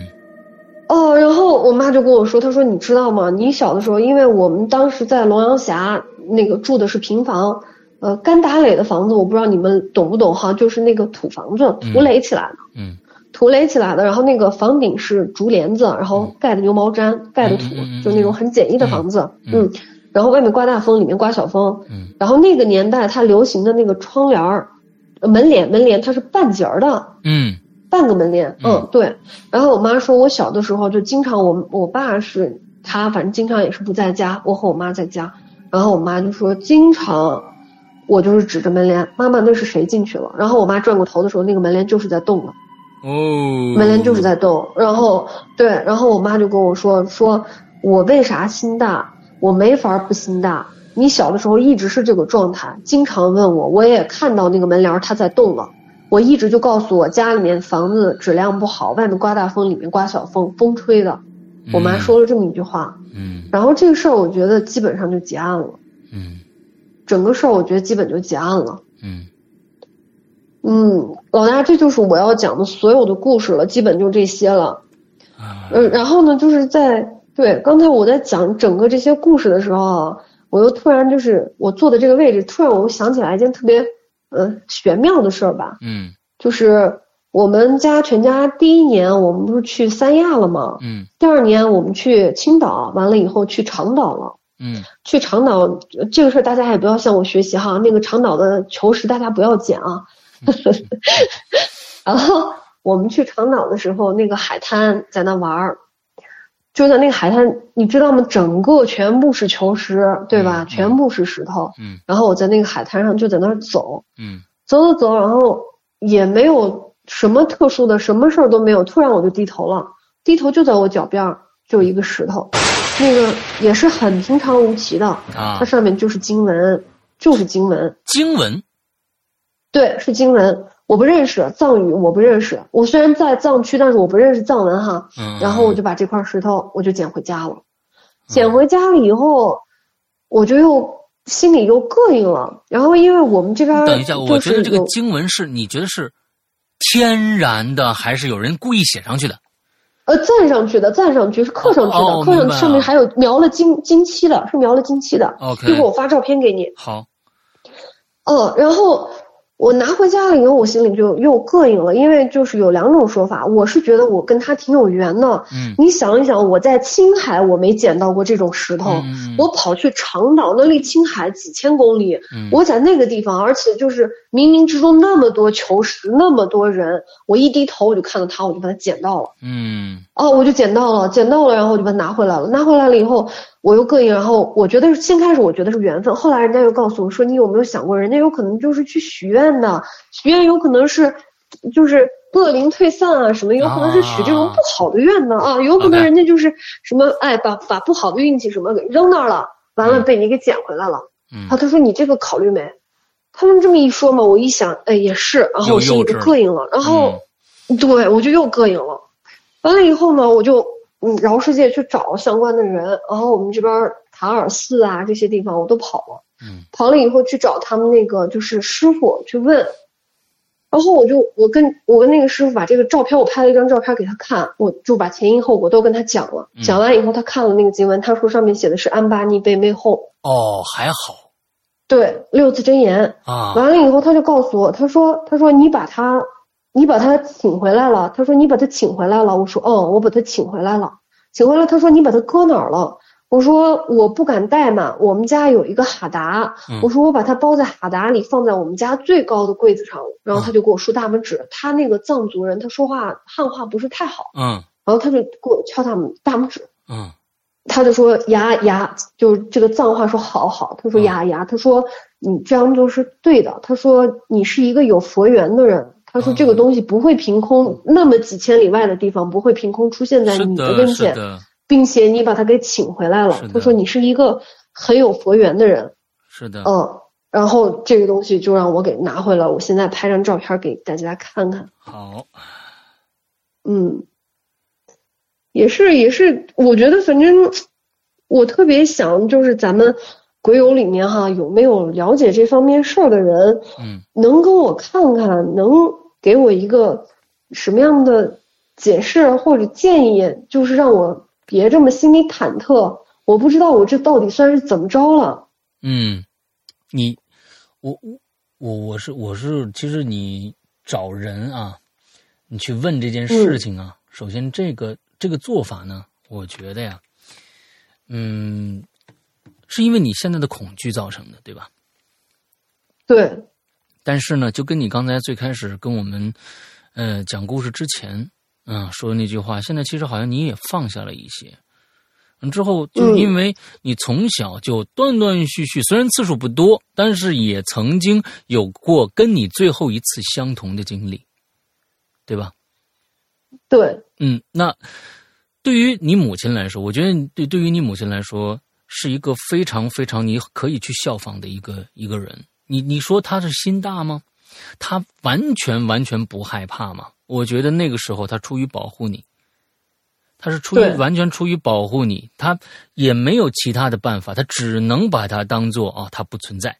Speaker 3: 哦，然后我妈就跟我说，她说你知道吗？你小的时候，因为我们当时在龙阳峡那个住的是平房，呃，干打垒的房子，我不知道你们懂不懂哈，就是那个土房子，土
Speaker 2: 嗯
Speaker 3: 垒起来的，
Speaker 2: 嗯，
Speaker 3: 土垒起来的，然后那个房顶是竹帘子，然后
Speaker 2: 嗯
Speaker 3: 盖的牛毛毡，盖的土
Speaker 2: 嗯嗯嗯，
Speaker 3: 就那种很简易的房子，
Speaker 2: 嗯
Speaker 3: 嗯，然后外面刮大风，里面刮小风，
Speaker 2: 嗯，
Speaker 3: 然后那个年代它流行的那个窗帘儿，呃门帘门帘它是半截儿的，
Speaker 2: 嗯
Speaker 3: 半个门帘，
Speaker 2: 嗯
Speaker 3: 嗯，对。然后我妈说，我小的时候就经常我我爸是他，反正经常也是不在家，我和我妈在家。然后我妈就说，经常我就是指着门帘，妈妈那是谁进去了？然后我妈转过头的时候，那个门帘就是在动的，
Speaker 2: 哦，
Speaker 3: 门帘就是在动。然后对，然后我妈就跟我说，说我为啥心大？我没法不心大。你小的时候一直是这个状态，经常问我，我也看到那个门帘儿它在动了。我一直就告诉我家里面房子质量不好，外面刮大风，里面刮小风，风吹的。我妈说了这么一句话，
Speaker 2: 嗯
Speaker 3: 然后这个事儿我觉得基本上就结案了，
Speaker 2: 嗯
Speaker 3: 整个事儿我觉得基本就结案了。
Speaker 2: 嗯
Speaker 3: 嗯，老大，这就是我要讲的所有的故事了，基本就这些了。
Speaker 2: 啊
Speaker 3: 嗯，然后呢，就是在对刚才我在讲整个这些故事的时候啊，我又突然就是我坐的这个位置，突然我又想起来一件特别呃玄妙的事儿吧。
Speaker 2: 嗯
Speaker 3: 就是我们家全家第一年，我们不是去三亚了吗？
Speaker 2: 嗯
Speaker 3: 第二年我们去青岛，完了以后去长岛了。
Speaker 2: 嗯
Speaker 3: 去长岛呃这个事儿，大家也不要向我学习哈。那个长岛的球石大家不要捡啊。
Speaker 2: 嗯
Speaker 3: <laughs> 然后我们去长岛的时候，那个海滩在那玩儿，就在那个海滩，你知道吗？整个全部是球石，对吧？
Speaker 2: 嗯嗯
Speaker 3: 全部是石头。
Speaker 2: 嗯
Speaker 3: 然后我在那个海滩上就在那儿走，
Speaker 2: 嗯
Speaker 3: 走走走，然后也没有什么特殊的，什么事儿都没有。突然我就低头了，低头就在我脚边儿就有一个石头，那个也是很平常无奇的，
Speaker 2: 啊
Speaker 3: 它，上面就是经文，就是经文，
Speaker 2: 经文
Speaker 3: 对，是经文。我不认识藏语，我不认识。我虽然在藏区，但是我不认识藏文哈。
Speaker 2: 嗯，
Speaker 3: 然后我就把这块石头我就捡回家了。捡回家了以后，我就又心里又膈应了。然后因为我们这边
Speaker 2: 等一下，我
Speaker 3: 就
Speaker 2: 觉得
Speaker 3: 是
Speaker 2: 这个
Speaker 3: 有
Speaker 2: 经文是你觉得是天然的，还是有人故意写上去的？
Speaker 3: 呃，赞上去的，赞上去是刻上去的，
Speaker 2: 哦
Speaker 3: 刻
Speaker 2: 明
Speaker 3: 上
Speaker 2: 白了
Speaker 3: 上面还有描了金金漆的，是描了金漆的。
Speaker 2: OK
Speaker 3: 一会儿我发照片给你。
Speaker 2: 好，
Speaker 3: 哦嗯，然后我拿回家了以后，我心里就又膈应了，因为就是有两种说法，我是觉得我跟他挺有缘的。
Speaker 2: 嗯
Speaker 3: 你想一想，我在青海我没捡到过这种石头，
Speaker 2: 嗯嗯
Speaker 3: 我跑去长岛，那离青海几千公里，
Speaker 2: 嗯
Speaker 3: 我在那个地方，而且就是冥冥之中那么多求食，那么多人，我一低头我就看到它，我就把它捡到了。
Speaker 2: 嗯
Speaker 3: 哦，我就捡到了，捡到了，然后我就把它拿回来了。拿回来了以后，我又膈应，然后我觉得是先开始我觉得是缘分，后来人家又告诉我说，你有没有想过，人家有可能就是去许愿的，许愿有可能是就是恶灵退散啊什么，有可能是许这种不好的愿的啊，有可
Speaker 2: OK
Speaker 3: 能人家就是什么哎把把不好的运气什么给扔那儿了，完了
Speaker 2: 嗯
Speaker 3: 被你给捡回来了。
Speaker 2: 嗯
Speaker 3: 啊，他说你这个考虑没？他们这么一说嘛，我一想，哎，也是，然后我心里就
Speaker 2: 又幼稚了嗯
Speaker 3: 膈应了，然后，对我就又膈应了。完了以后呢，我就嗯饶世界去找相关的人，然后我们这边塔尔寺啊这些地方我都跑了，
Speaker 2: 嗯
Speaker 3: 跑了以后去找他们那个就是师傅去问，然后我就我跟我跟那个师傅把这个照片，我拍了一张照片给他看，我就把前因后果都跟他讲了。
Speaker 2: 嗯
Speaker 3: 讲完以后，他看了那个经文，他说上面写的是安巴尼贝妹后，
Speaker 2: 哦还好
Speaker 3: 对六字真言。
Speaker 2: 啊
Speaker 3: 完了以后，他就告诉我，他说：“他说你把他，你把他请回来了。”他说：“你把他请回来了。”我说：“嗯，我把他请回来了。”请回来，他说：“你把他搁哪儿了？”我说：“我不敢怠慢，我们家有一个哈达。
Speaker 2: 嗯
Speaker 3: 我说：“我把它包在哈达里，放在我们家最高的柜子上。”然后他就给我竖大拇指。他那个藏族人，他说话汉话不是太好，
Speaker 2: 嗯
Speaker 3: 然后他就给我敲大拇大拇指。
Speaker 2: 嗯
Speaker 3: 他就说牙牙，就是这个藏话说好好，他说
Speaker 2: 嗯
Speaker 3: 牙牙，他说你这样做是对的，他说你是一个有佛缘的人，他说
Speaker 2: 嗯
Speaker 3: 这个东西不会凭空，那么几千里外的地方不会凭空出现在
Speaker 2: 是
Speaker 3: 你
Speaker 2: 的
Speaker 3: 跟
Speaker 2: 是
Speaker 3: 前，
Speaker 2: 的
Speaker 3: 并且你把他给请回来了
Speaker 2: 是的，
Speaker 3: 他说你是一个很有佛缘的人，
Speaker 2: 是的
Speaker 3: 嗯，然后这个东西就让我给拿回来，我现在拍张照片给大家看看。
Speaker 2: 好
Speaker 3: 嗯，也是也是，我觉得反正我特别想，就是咱们鬼友里面哈，有没有了解这方面事儿的人，
Speaker 2: 嗯
Speaker 3: 能跟我看看，能给我一个什么样的解释或者建议，就是让我别这么心里忐忑。我不知道我这到底算是怎么着了。
Speaker 2: 嗯你我我我我是我是其实你找人啊你去问这件事情啊，首先这个这个做法呢，我觉得呀，嗯，是因为你现在的恐惧造成的，对吧？
Speaker 3: 对，
Speaker 2: 但是呢，就跟你刚才最开始跟我们，呃，讲故事之前，嗯、说的那句话，现在其实好像你也放下了一些。嗯之后就
Speaker 3: 嗯
Speaker 2: 因为你从小就断断续续，虽然次数不多，但是也曾经有过跟你最后一次相同的经历，对吧？
Speaker 3: 对，
Speaker 2: 嗯，那对于你母亲来说，我觉得对对于你母亲来说，是一个非常非常你可以去效仿的一个一个人。你你说她是心大吗？她完全完全不害怕吗？我觉得那个时候她出于保护你，她是出于
Speaker 3: 对
Speaker 2: 完全出于保护你，她也没有其他的办法，她只能把它当做啊、她不存在。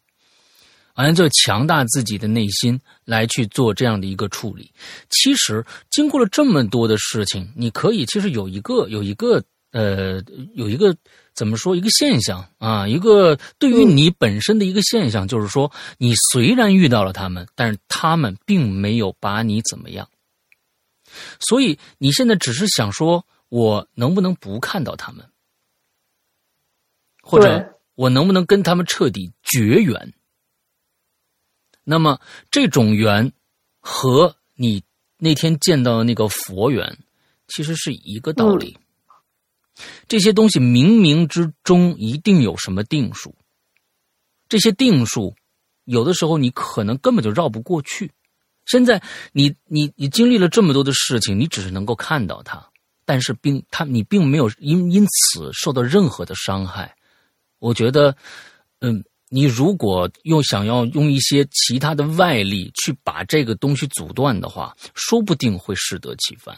Speaker 2: 完了，就强大自己的内心来去做这样的一个处理。其实经过了这么多的事情，你可以其实有一个有一个呃有一个怎么说一个现象啊，一个对于你本身的一个现象，就是说你虽然遇到了他们，但是他们并没有把你怎么样。所以你现在只是想说，我能不能不看到他们，或
Speaker 3: 对
Speaker 2: 者我能不能跟他们彻底绝缘？那么这种缘和你那天见到的那个佛缘，其实是一个道理。这些东西冥冥之中一定有什么定数，这些定数有的时候你可能根本就绕不过去。现在你你你经历了这么多的事情，你只是能够看到它，但是并它你并没有因因此受到任何的伤害。我觉得，嗯，你如果又想要用一些其他的外力去把这个东西阻断的话，说不定会适得其反。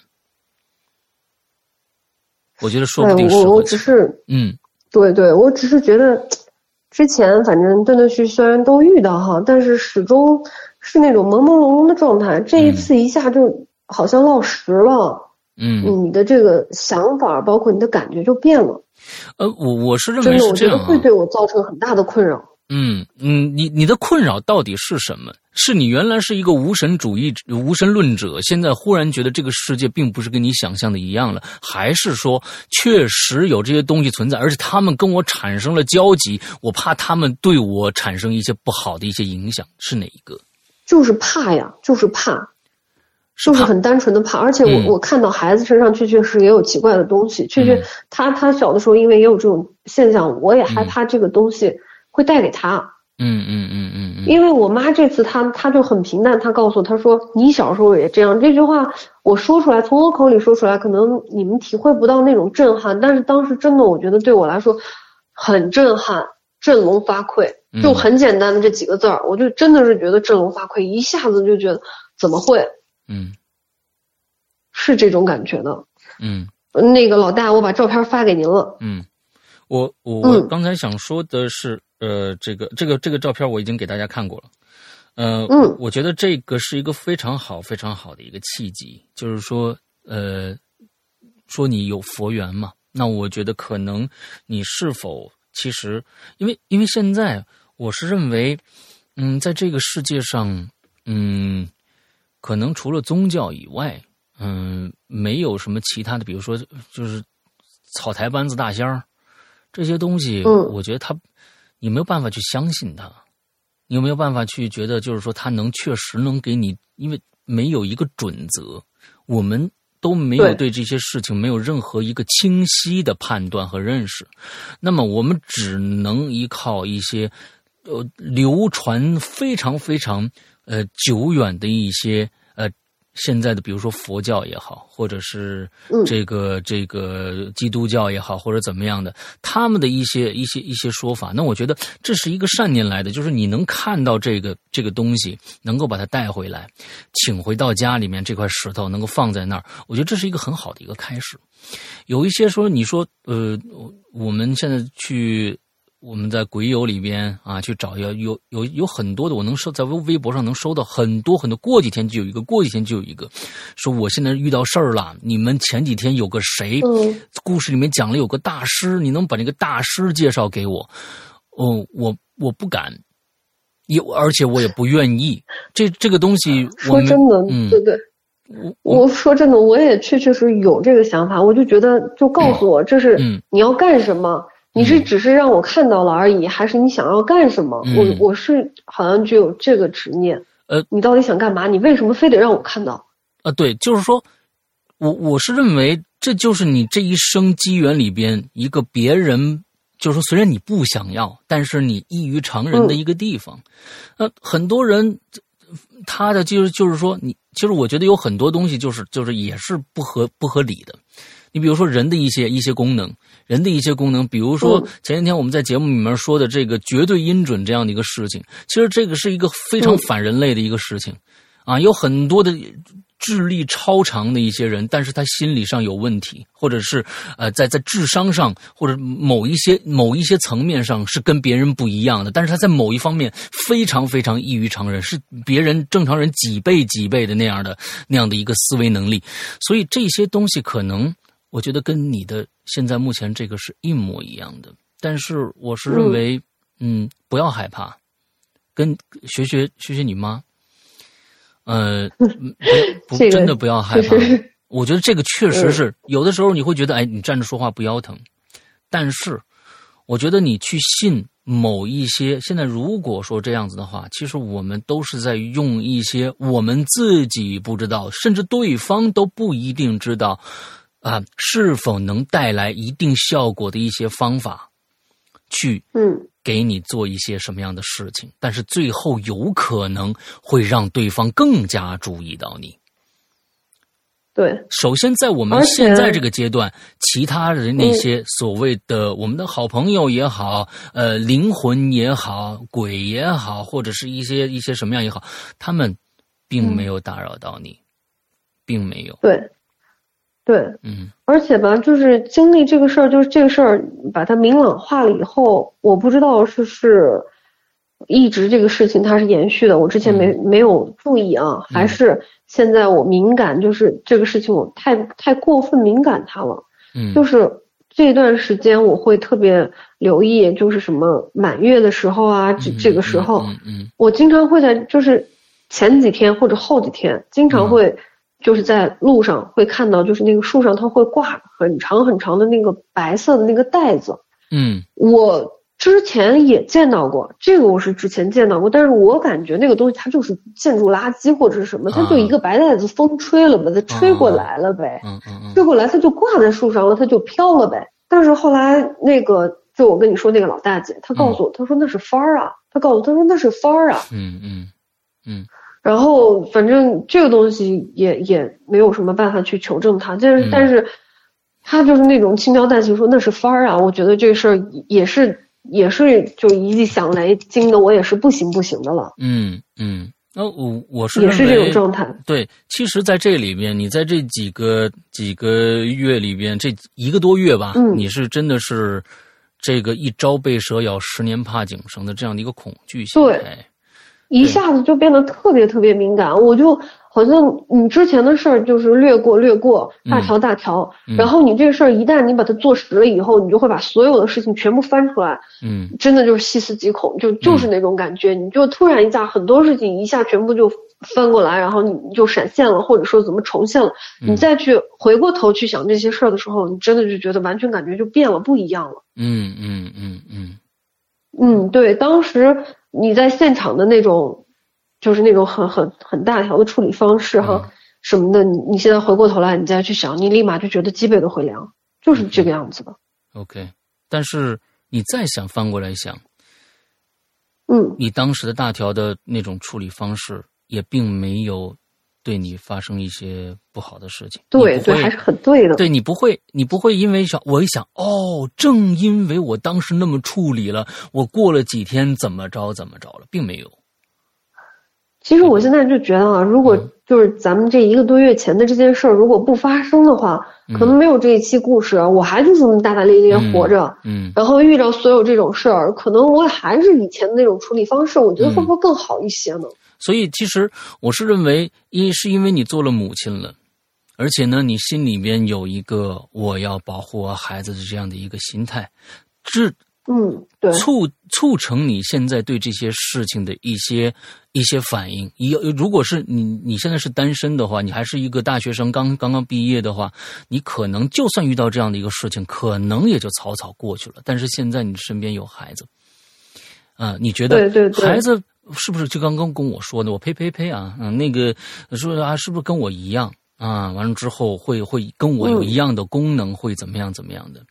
Speaker 2: 我觉得说不定
Speaker 3: 对
Speaker 2: 适
Speaker 3: 哎我我
Speaker 2: 得
Speaker 3: 只
Speaker 2: 其
Speaker 3: 是
Speaker 2: 嗯
Speaker 3: 对对，我只是觉得，之前反正断断续续虽然都遇到哈，但是始终是那种朦朦胧胧的状态。这一次一下就好像落实了，
Speaker 2: 嗯
Speaker 3: 你的这个想法，包括你的感觉就变了。
Speaker 2: 呃，我我是认
Speaker 3: 真
Speaker 2: 为
Speaker 3: 的，
Speaker 2: 是
Speaker 3: 我
Speaker 2: 这
Speaker 3: 觉得
Speaker 2: 样啊
Speaker 3: 会。对我造成很大的困扰。
Speaker 2: 嗯嗯，你你的困扰到底是什么？是你原来是一个无神主义、无神论者，现在忽然觉得这个世界并不是跟你想象的一样了，还是说确实有这些东西存在，而且他们跟我产生了交集，我怕他们对我产生一些不好的一些影响，是哪一个？
Speaker 3: 就是怕呀，就是怕，就是很单纯的怕。而且我、
Speaker 2: 嗯
Speaker 3: 我看到孩子身上确确实也有奇怪的东西，确确、
Speaker 2: 嗯
Speaker 3: 他他小的时候因为也有这种现象，我也害
Speaker 2: 嗯
Speaker 3: 怕这个东西会带给他。
Speaker 2: 嗯嗯嗯嗯嗯，
Speaker 3: 因为我妈这次她她就很平淡，她告诉我，她说你小时候也这样。这句话我说出来，从我口里说出来，可能你们体会不到那种震撼，但是当时真的我觉得对我来说很震撼，振聋发聩。
Speaker 2: 嗯
Speaker 3: 就很简单的这几个字儿，我就真的是觉得振聋发聩，一下子就觉得怎么会
Speaker 2: 嗯
Speaker 3: 是这种感觉的。
Speaker 2: 嗯
Speaker 3: 那个老大，我把照片发给您了。
Speaker 2: 嗯，我我
Speaker 3: 嗯
Speaker 2: 我刚才想说的是，呃，这个这个这个照片我已经给大家看过了。呃，
Speaker 3: 嗯
Speaker 2: 我觉得这个是一个非常好、非常好的一个契机，就是说，呃，说你有佛缘嘛，那我觉得可能你是否其实，因为因为现在我是认为，嗯，在这个世界上，嗯，可能除了宗教以外，嗯，没有什么其他的，比如说就是草台班子大仙儿这些东西，
Speaker 3: 嗯
Speaker 2: 我觉得他你没有办法去相信他。你有没有办法去觉得，就是说他能确实能给你，因为没有一个准则，我们都没有对
Speaker 3: 对
Speaker 2: 这些事情没有任何一个清晰的判断和认识，那么我们只能依靠一些呃流传非常非常呃久远的一些呃现在的，比如说佛教也好，或者是
Speaker 3: 嗯
Speaker 2: 这个、这个基督教也好，或者怎么样的，他们的一些一些一些说法。那我觉得这是一个善念来的，就是你能看到这个这个东西，能够把它带回来，请回到家里面这块石头能够放在那儿，我觉得这是一个很好的一个开始。有一些说，你说，呃，我我们现在去，我们在鬼友里边啊，去找有有有有很多的，我能收在微微博上能收到很多很多，过几天就有一个，过几天就有一个，说我现在遇到事儿了，你们前几天有个谁，
Speaker 3: 嗯
Speaker 2: 故事里面讲了有个大师，你能把这个大师介绍给我？哦，我我不敢，也而且我也不愿意，这这个东西我
Speaker 3: 说
Speaker 2: 们，
Speaker 3: 真的，
Speaker 2: 嗯
Speaker 3: 对对，我说真的，我也确确实有这个想法，我就觉得就告诉我这是
Speaker 2: 嗯
Speaker 3: 你要干什么，你是
Speaker 2: 嗯
Speaker 3: 只是让我看到了而已，还是你想要干什么？
Speaker 2: 嗯
Speaker 3: 我我是好像就有这个执念。
Speaker 2: 呃
Speaker 3: 你到底想干嘛？你为什么非得让我看到？
Speaker 2: 啊，对，就是说，我我是认为这就是你这一生机缘里边一个别人，就是说虽然你不想要，但是你异于常人
Speaker 3: 嗯
Speaker 2: 的一个地方。那、很多人他的就是就是说你，其实我觉得有很多东西就是就是也是不合不合理的。你比如说人的一些一些功能，人的一些功能，比如说
Speaker 3: 嗯
Speaker 2: 前几天我们在节目里面说的这个绝对音准这样的一个事情，其实这个是一个非常
Speaker 3: 嗯
Speaker 2: 反人类的一个事情，啊，有很多的智力超常的一些人，但是他心理上有问题，或者是呃，在在智商上或者某一些某一些层面上是跟别人不一样的，但是他在某一方面非常非常异于常人，是别人正常人几倍几倍的那样的那样的一个思维能力，所以这些东西可能我觉得跟你的现在目前这个是一模一样的，但是我是认为，嗯，不要害怕，跟学学学学你妈，呃，嗯不不
Speaker 3: <laughs> 这个嗯
Speaker 2: 真的不要害
Speaker 3: 就
Speaker 2: 怕。
Speaker 3: 是
Speaker 2: 我觉得这个确实是有的时候你会觉得，哎，你站着说话不腰疼，但是我觉得你去信某一些，现在如果说这样子的话，其实我们都是在用一些我们自己不知道，甚至对方都不一定知道啊，是否能带来一定效果的一些方法去
Speaker 3: 嗯，
Speaker 2: 给你做一些什么样的事情，但是最后有可能会让对方更加注意到你。
Speaker 3: 对，
Speaker 2: 首先，在我们
Speaker 3: 而且
Speaker 2: 现在这个阶段，其他人那些所谓的我们的好朋友也好，呃，灵魂也好，鬼也好，或者是一些一些什么样也好，他们并没有打扰到你，
Speaker 3: 嗯
Speaker 2: 并没有。
Speaker 3: 对，对，
Speaker 2: 嗯
Speaker 3: 而且吧，就是经历这个事儿，就是这个事儿把它明朗化了以后，我不知道是是一直这个事情它是延续的，我之前没、
Speaker 2: 嗯
Speaker 3: 没有注意啊，还是现在我敏感，就是这个事情我太太过分敏感它了，
Speaker 2: 嗯，
Speaker 3: 就是这段时间我会特别留意，就是什么满月的时候啊，这
Speaker 2: 嗯
Speaker 3: 这个时候，
Speaker 2: 嗯嗯
Speaker 3: 我经常会在就是前几天或者后几天，经常会就是在路上会看到，就是那个树上它会挂很长很长的那个白色的那个带子。
Speaker 2: 嗯
Speaker 3: 我之前也见到过，这个我是之前见到过，但是我感觉那个东西它就是建筑垃圾或者是什么，它就一个白带子风吹了把它吹过来了呗。
Speaker 2: 嗯嗯
Speaker 3: 吹过来，它就挂在树上了，它就飘了呗。但是后来那个，就我跟你说那个老大姐，她告诉我，她说那是幡儿啊，她告诉我，她说那是幡儿啊。
Speaker 2: 嗯嗯嗯
Speaker 3: 然后反正这个东西也也没有什么办法去求证它，但是、
Speaker 2: 嗯
Speaker 3: 但是，她就是那种轻描淡写说那是幡儿啊，我觉得这事儿也是也是就一记响雷惊的我也是不行不行的了，
Speaker 2: 嗯嗯。那我我是
Speaker 3: 也是这
Speaker 2: 认
Speaker 3: 种
Speaker 2: 为
Speaker 3: 状态。
Speaker 2: 对，其实在这里边，你在这几个几个月里边，这一个多月吧，
Speaker 3: 嗯
Speaker 2: 你是真的是这个一朝被蛇咬，十年怕井绳的这样的一个恐惧心
Speaker 3: 对
Speaker 2: 态。
Speaker 3: 一下子就变得特别特别敏感，我就好像你之前的事儿就是略过略过，
Speaker 2: 嗯
Speaker 3: 大条大条，
Speaker 2: 嗯
Speaker 3: 然后你这事儿一旦你把它做实了以后，你就会把所有的事情全部翻出来，
Speaker 2: 嗯
Speaker 3: 真的就是细思极恐，就就是那种感觉，你就突然一下很多事情一下全部就翻过来，然后你就闪现了，或者说怎么重现了，
Speaker 2: 嗯
Speaker 3: 你再去回过头去想这些事儿的时候，你真的就觉得完全感觉就变了，不一样了。
Speaker 2: 嗯嗯嗯嗯
Speaker 3: 嗯，对，当时你在现场的那种，就是那种很很很大条的处理方式哈、
Speaker 2: 嗯
Speaker 3: 什么的，你你现在回过头来，你再去想，你立马就觉得脊背都会凉，就是
Speaker 2: 嗯
Speaker 3: 这个样子的。
Speaker 2: ，OK。但是你再想翻过来想，
Speaker 3: 嗯，
Speaker 2: 你当时的大条的那种处理方式，也并没有对你发生一些不好的事情。你
Speaker 3: 对
Speaker 2: 不
Speaker 3: 对，
Speaker 2: 会
Speaker 3: 还是很对的。
Speaker 2: 嗯对你不会，你不会因为想我一想，哦，正因为我当时那么处理了，我过了几天怎么着怎么着了，并没有。
Speaker 3: 其
Speaker 2: 嗯
Speaker 3: 实我现在就觉得啊，如果就是咱们这一个多月前的这件事儿，如果不发生的话，可能没有这一期故事，啊我还就这么大大咧咧活着。
Speaker 2: 嗯
Speaker 3: 然后遇到所有这种事儿，可能我还是以前的那种处理方式，我觉得会
Speaker 2: 嗯
Speaker 3: 不会更好一些呢？
Speaker 2: 所以其实我是认为，一是因为你做了母亲了，而且呢，你心里边有一个我要保护我孩子的这样的一个心态，这
Speaker 3: 嗯，对，
Speaker 2: 促促成你现在对这些事情的一些一些反应。一如果是你你现在是单身的话，你还是一个大学生刚刚刚毕业的话，你可能就算遇到这样的一个事情，可能也就草草过去了。但是现在你身边有孩子，啊、你觉得
Speaker 3: 对对对
Speaker 2: 孩子是不是就刚刚跟我说的？我呸呸呸啊，嗯、那个说啊，是不是跟我一样啊？完了之后会会跟我有
Speaker 3: 嗯
Speaker 2: 一样的功能，会怎么样怎么样的？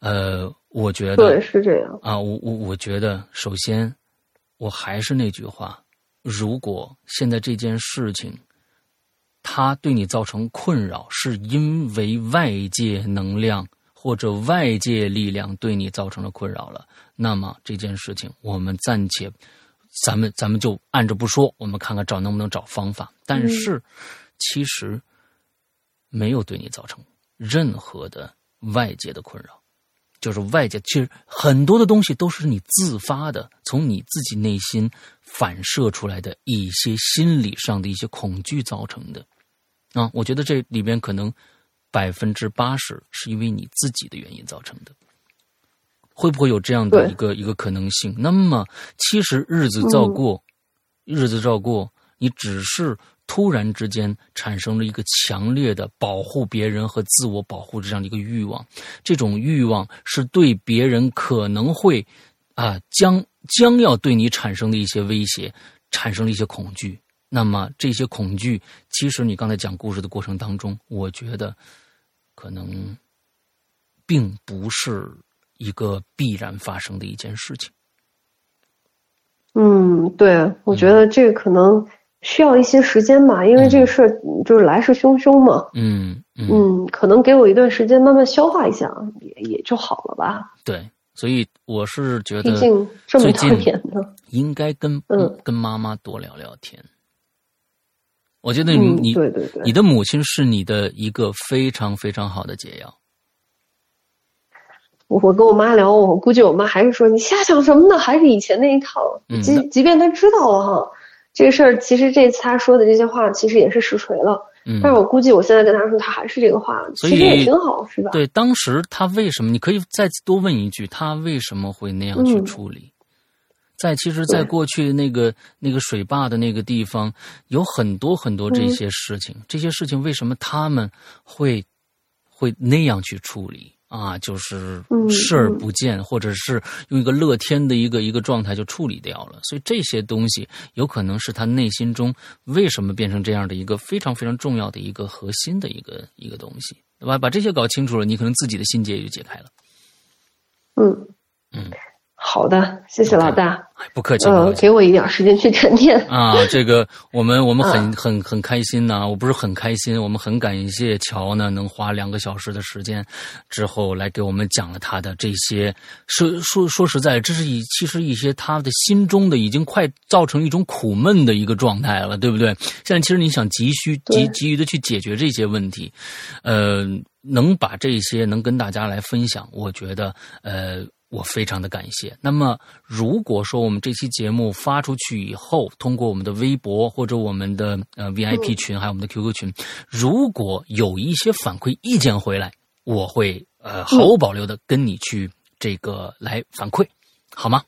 Speaker 2: 呃，我觉得
Speaker 3: 对，是这样。
Speaker 2: 啊，我我我觉得，首先，我还是那句话，如果现在这件事情，它对你造成困扰，是因为外界能量或者外界力量对你造成了困扰了，那么这件事情我们暂且，咱们咱们就按着不说，我们看看找能不能找方法。但是，其实没有对你造成任何的外界的困扰。就是外界，其实很多的东西都是你自发的，从你自己内心反射出来的一些心理上的一些恐惧造成的。啊，我觉得这里边可能百分之八十是因为你自己的原因造成的。会不会有这样的
Speaker 3: 对
Speaker 2: 一个一个可能性？那么，其实日子照过，日子照过，你只是突然之间产生了一个强烈的保护别人和自我保护这样的一个欲望，这种欲望是对别人可能会啊将将要对你产生的一些威胁，产生了一些恐惧。那么这些恐惧，其实你刚才讲故事的过程当中，我觉得可能并不是一个必然发生的一件事情。
Speaker 3: 嗯，对，我觉得这个可能需要一些时间吧，因为这个事儿就是来势汹汹嘛。
Speaker 2: 嗯嗯
Speaker 3: 嗯，可能给我一段时间慢慢消化一下，也也就好了吧。
Speaker 2: 对，所以我是觉
Speaker 3: 毕
Speaker 2: 得
Speaker 3: 竟这么
Speaker 2: 最
Speaker 3: 多
Speaker 2: 近
Speaker 3: 年了，
Speaker 2: 应该跟、
Speaker 3: 嗯
Speaker 2: 跟妈妈多聊聊天。我觉得你、
Speaker 3: 嗯
Speaker 2: 你
Speaker 3: 对对对
Speaker 2: 你的母亲是你的一个非常非常好的解药。
Speaker 3: 我我跟我妈聊，我估计我妈还是说你瞎想什么呢，还是以前那一套
Speaker 2: 嗯。
Speaker 3: 即
Speaker 2: 那
Speaker 3: 即便她知道了哈，这事儿其实这次她说的这些话其实也是实锤了，
Speaker 2: 嗯，
Speaker 3: 但是我估计我现在跟她说，她还是这个话，
Speaker 2: 所
Speaker 3: 其实也
Speaker 2: 以
Speaker 3: 挺好，是吧？
Speaker 2: 对，当时他为什么？你可以再多问一句，他为什么会那样去
Speaker 3: 嗯
Speaker 2: 处理？在其实，在
Speaker 3: 对
Speaker 2: 过去那个那个水坝的那个地方，有很多很多
Speaker 3: 嗯
Speaker 2: 这些事情。这些事情为什么他们会会那样去处理啊？就是
Speaker 3: 嗯
Speaker 2: 视而
Speaker 3: 嗯
Speaker 2: 不见，或者是用一个乐天的一个一个状态就处理掉了。所以这些东西有可能是他内心中为什么变成这样的一个非常非常重要的一个核心的一个一个东西，对吧？把这些搞清楚了，你可能自己的心结也就解开了。
Speaker 3: 嗯
Speaker 2: 嗯，
Speaker 3: 好的，谢谢老大，
Speaker 2: 哎，不客气，不客
Speaker 3: 嗯，
Speaker 2: 气。
Speaker 3: 给我一点时间去沉淀。
Speaker 2: <laughs> 啊，这个我们我们很
Speaker 3: 啊
Speaker 2: 很很开心呐、我不是很开心，我们很感谢乔呢，能花两个小时的时间之后来给我们讲了他的这些。说说说实在，这是一其实一些他的心中的已经快造成一种苦闷的一个状态了，对不对？现在其实你想急需急
Speaker 3: 对
Speaker 2: 急于的去解决这些问题，呃，能把这些能跟大家来分享，我觉得呃。我非常的感谢。那么，如果说我们这期节目发出去以后，通过我们的微博或者我们的呃 VIP 群，还有我们的 QQ 群，如果有一些反馈意见回来，我会呃毫无保留的跟你去这个来反馈，好吗？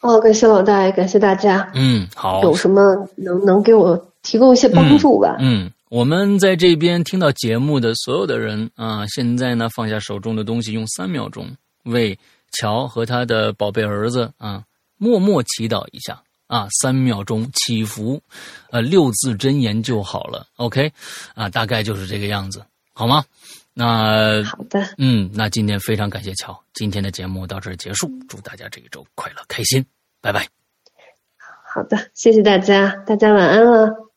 Speaker 3: 哦，感谢老大，也感谢大家。
Speaker 2: 嗯，好，
Speaker 3: 有什么能能给我提供一些帮助吧？
Speaker 2: 嗯，我们在这边听到节目的所有的人啊，现在呢放下手中的东西，用三秒钟为乔和他的宝贝儿子啊默默祈祷一下啊，三秒钟祈福，呃，六字真言就好了。OK，啊，大概就是这个样子，好吗？那
Speaker 3: 好的，
Speaker 2: 嗯，那今天非常感谢乔，今天的节目到这儿结束，祝大家这一周快乐开心，拜拜。
Speaker 3: 好的，谢谢大家，大家晚安了。啊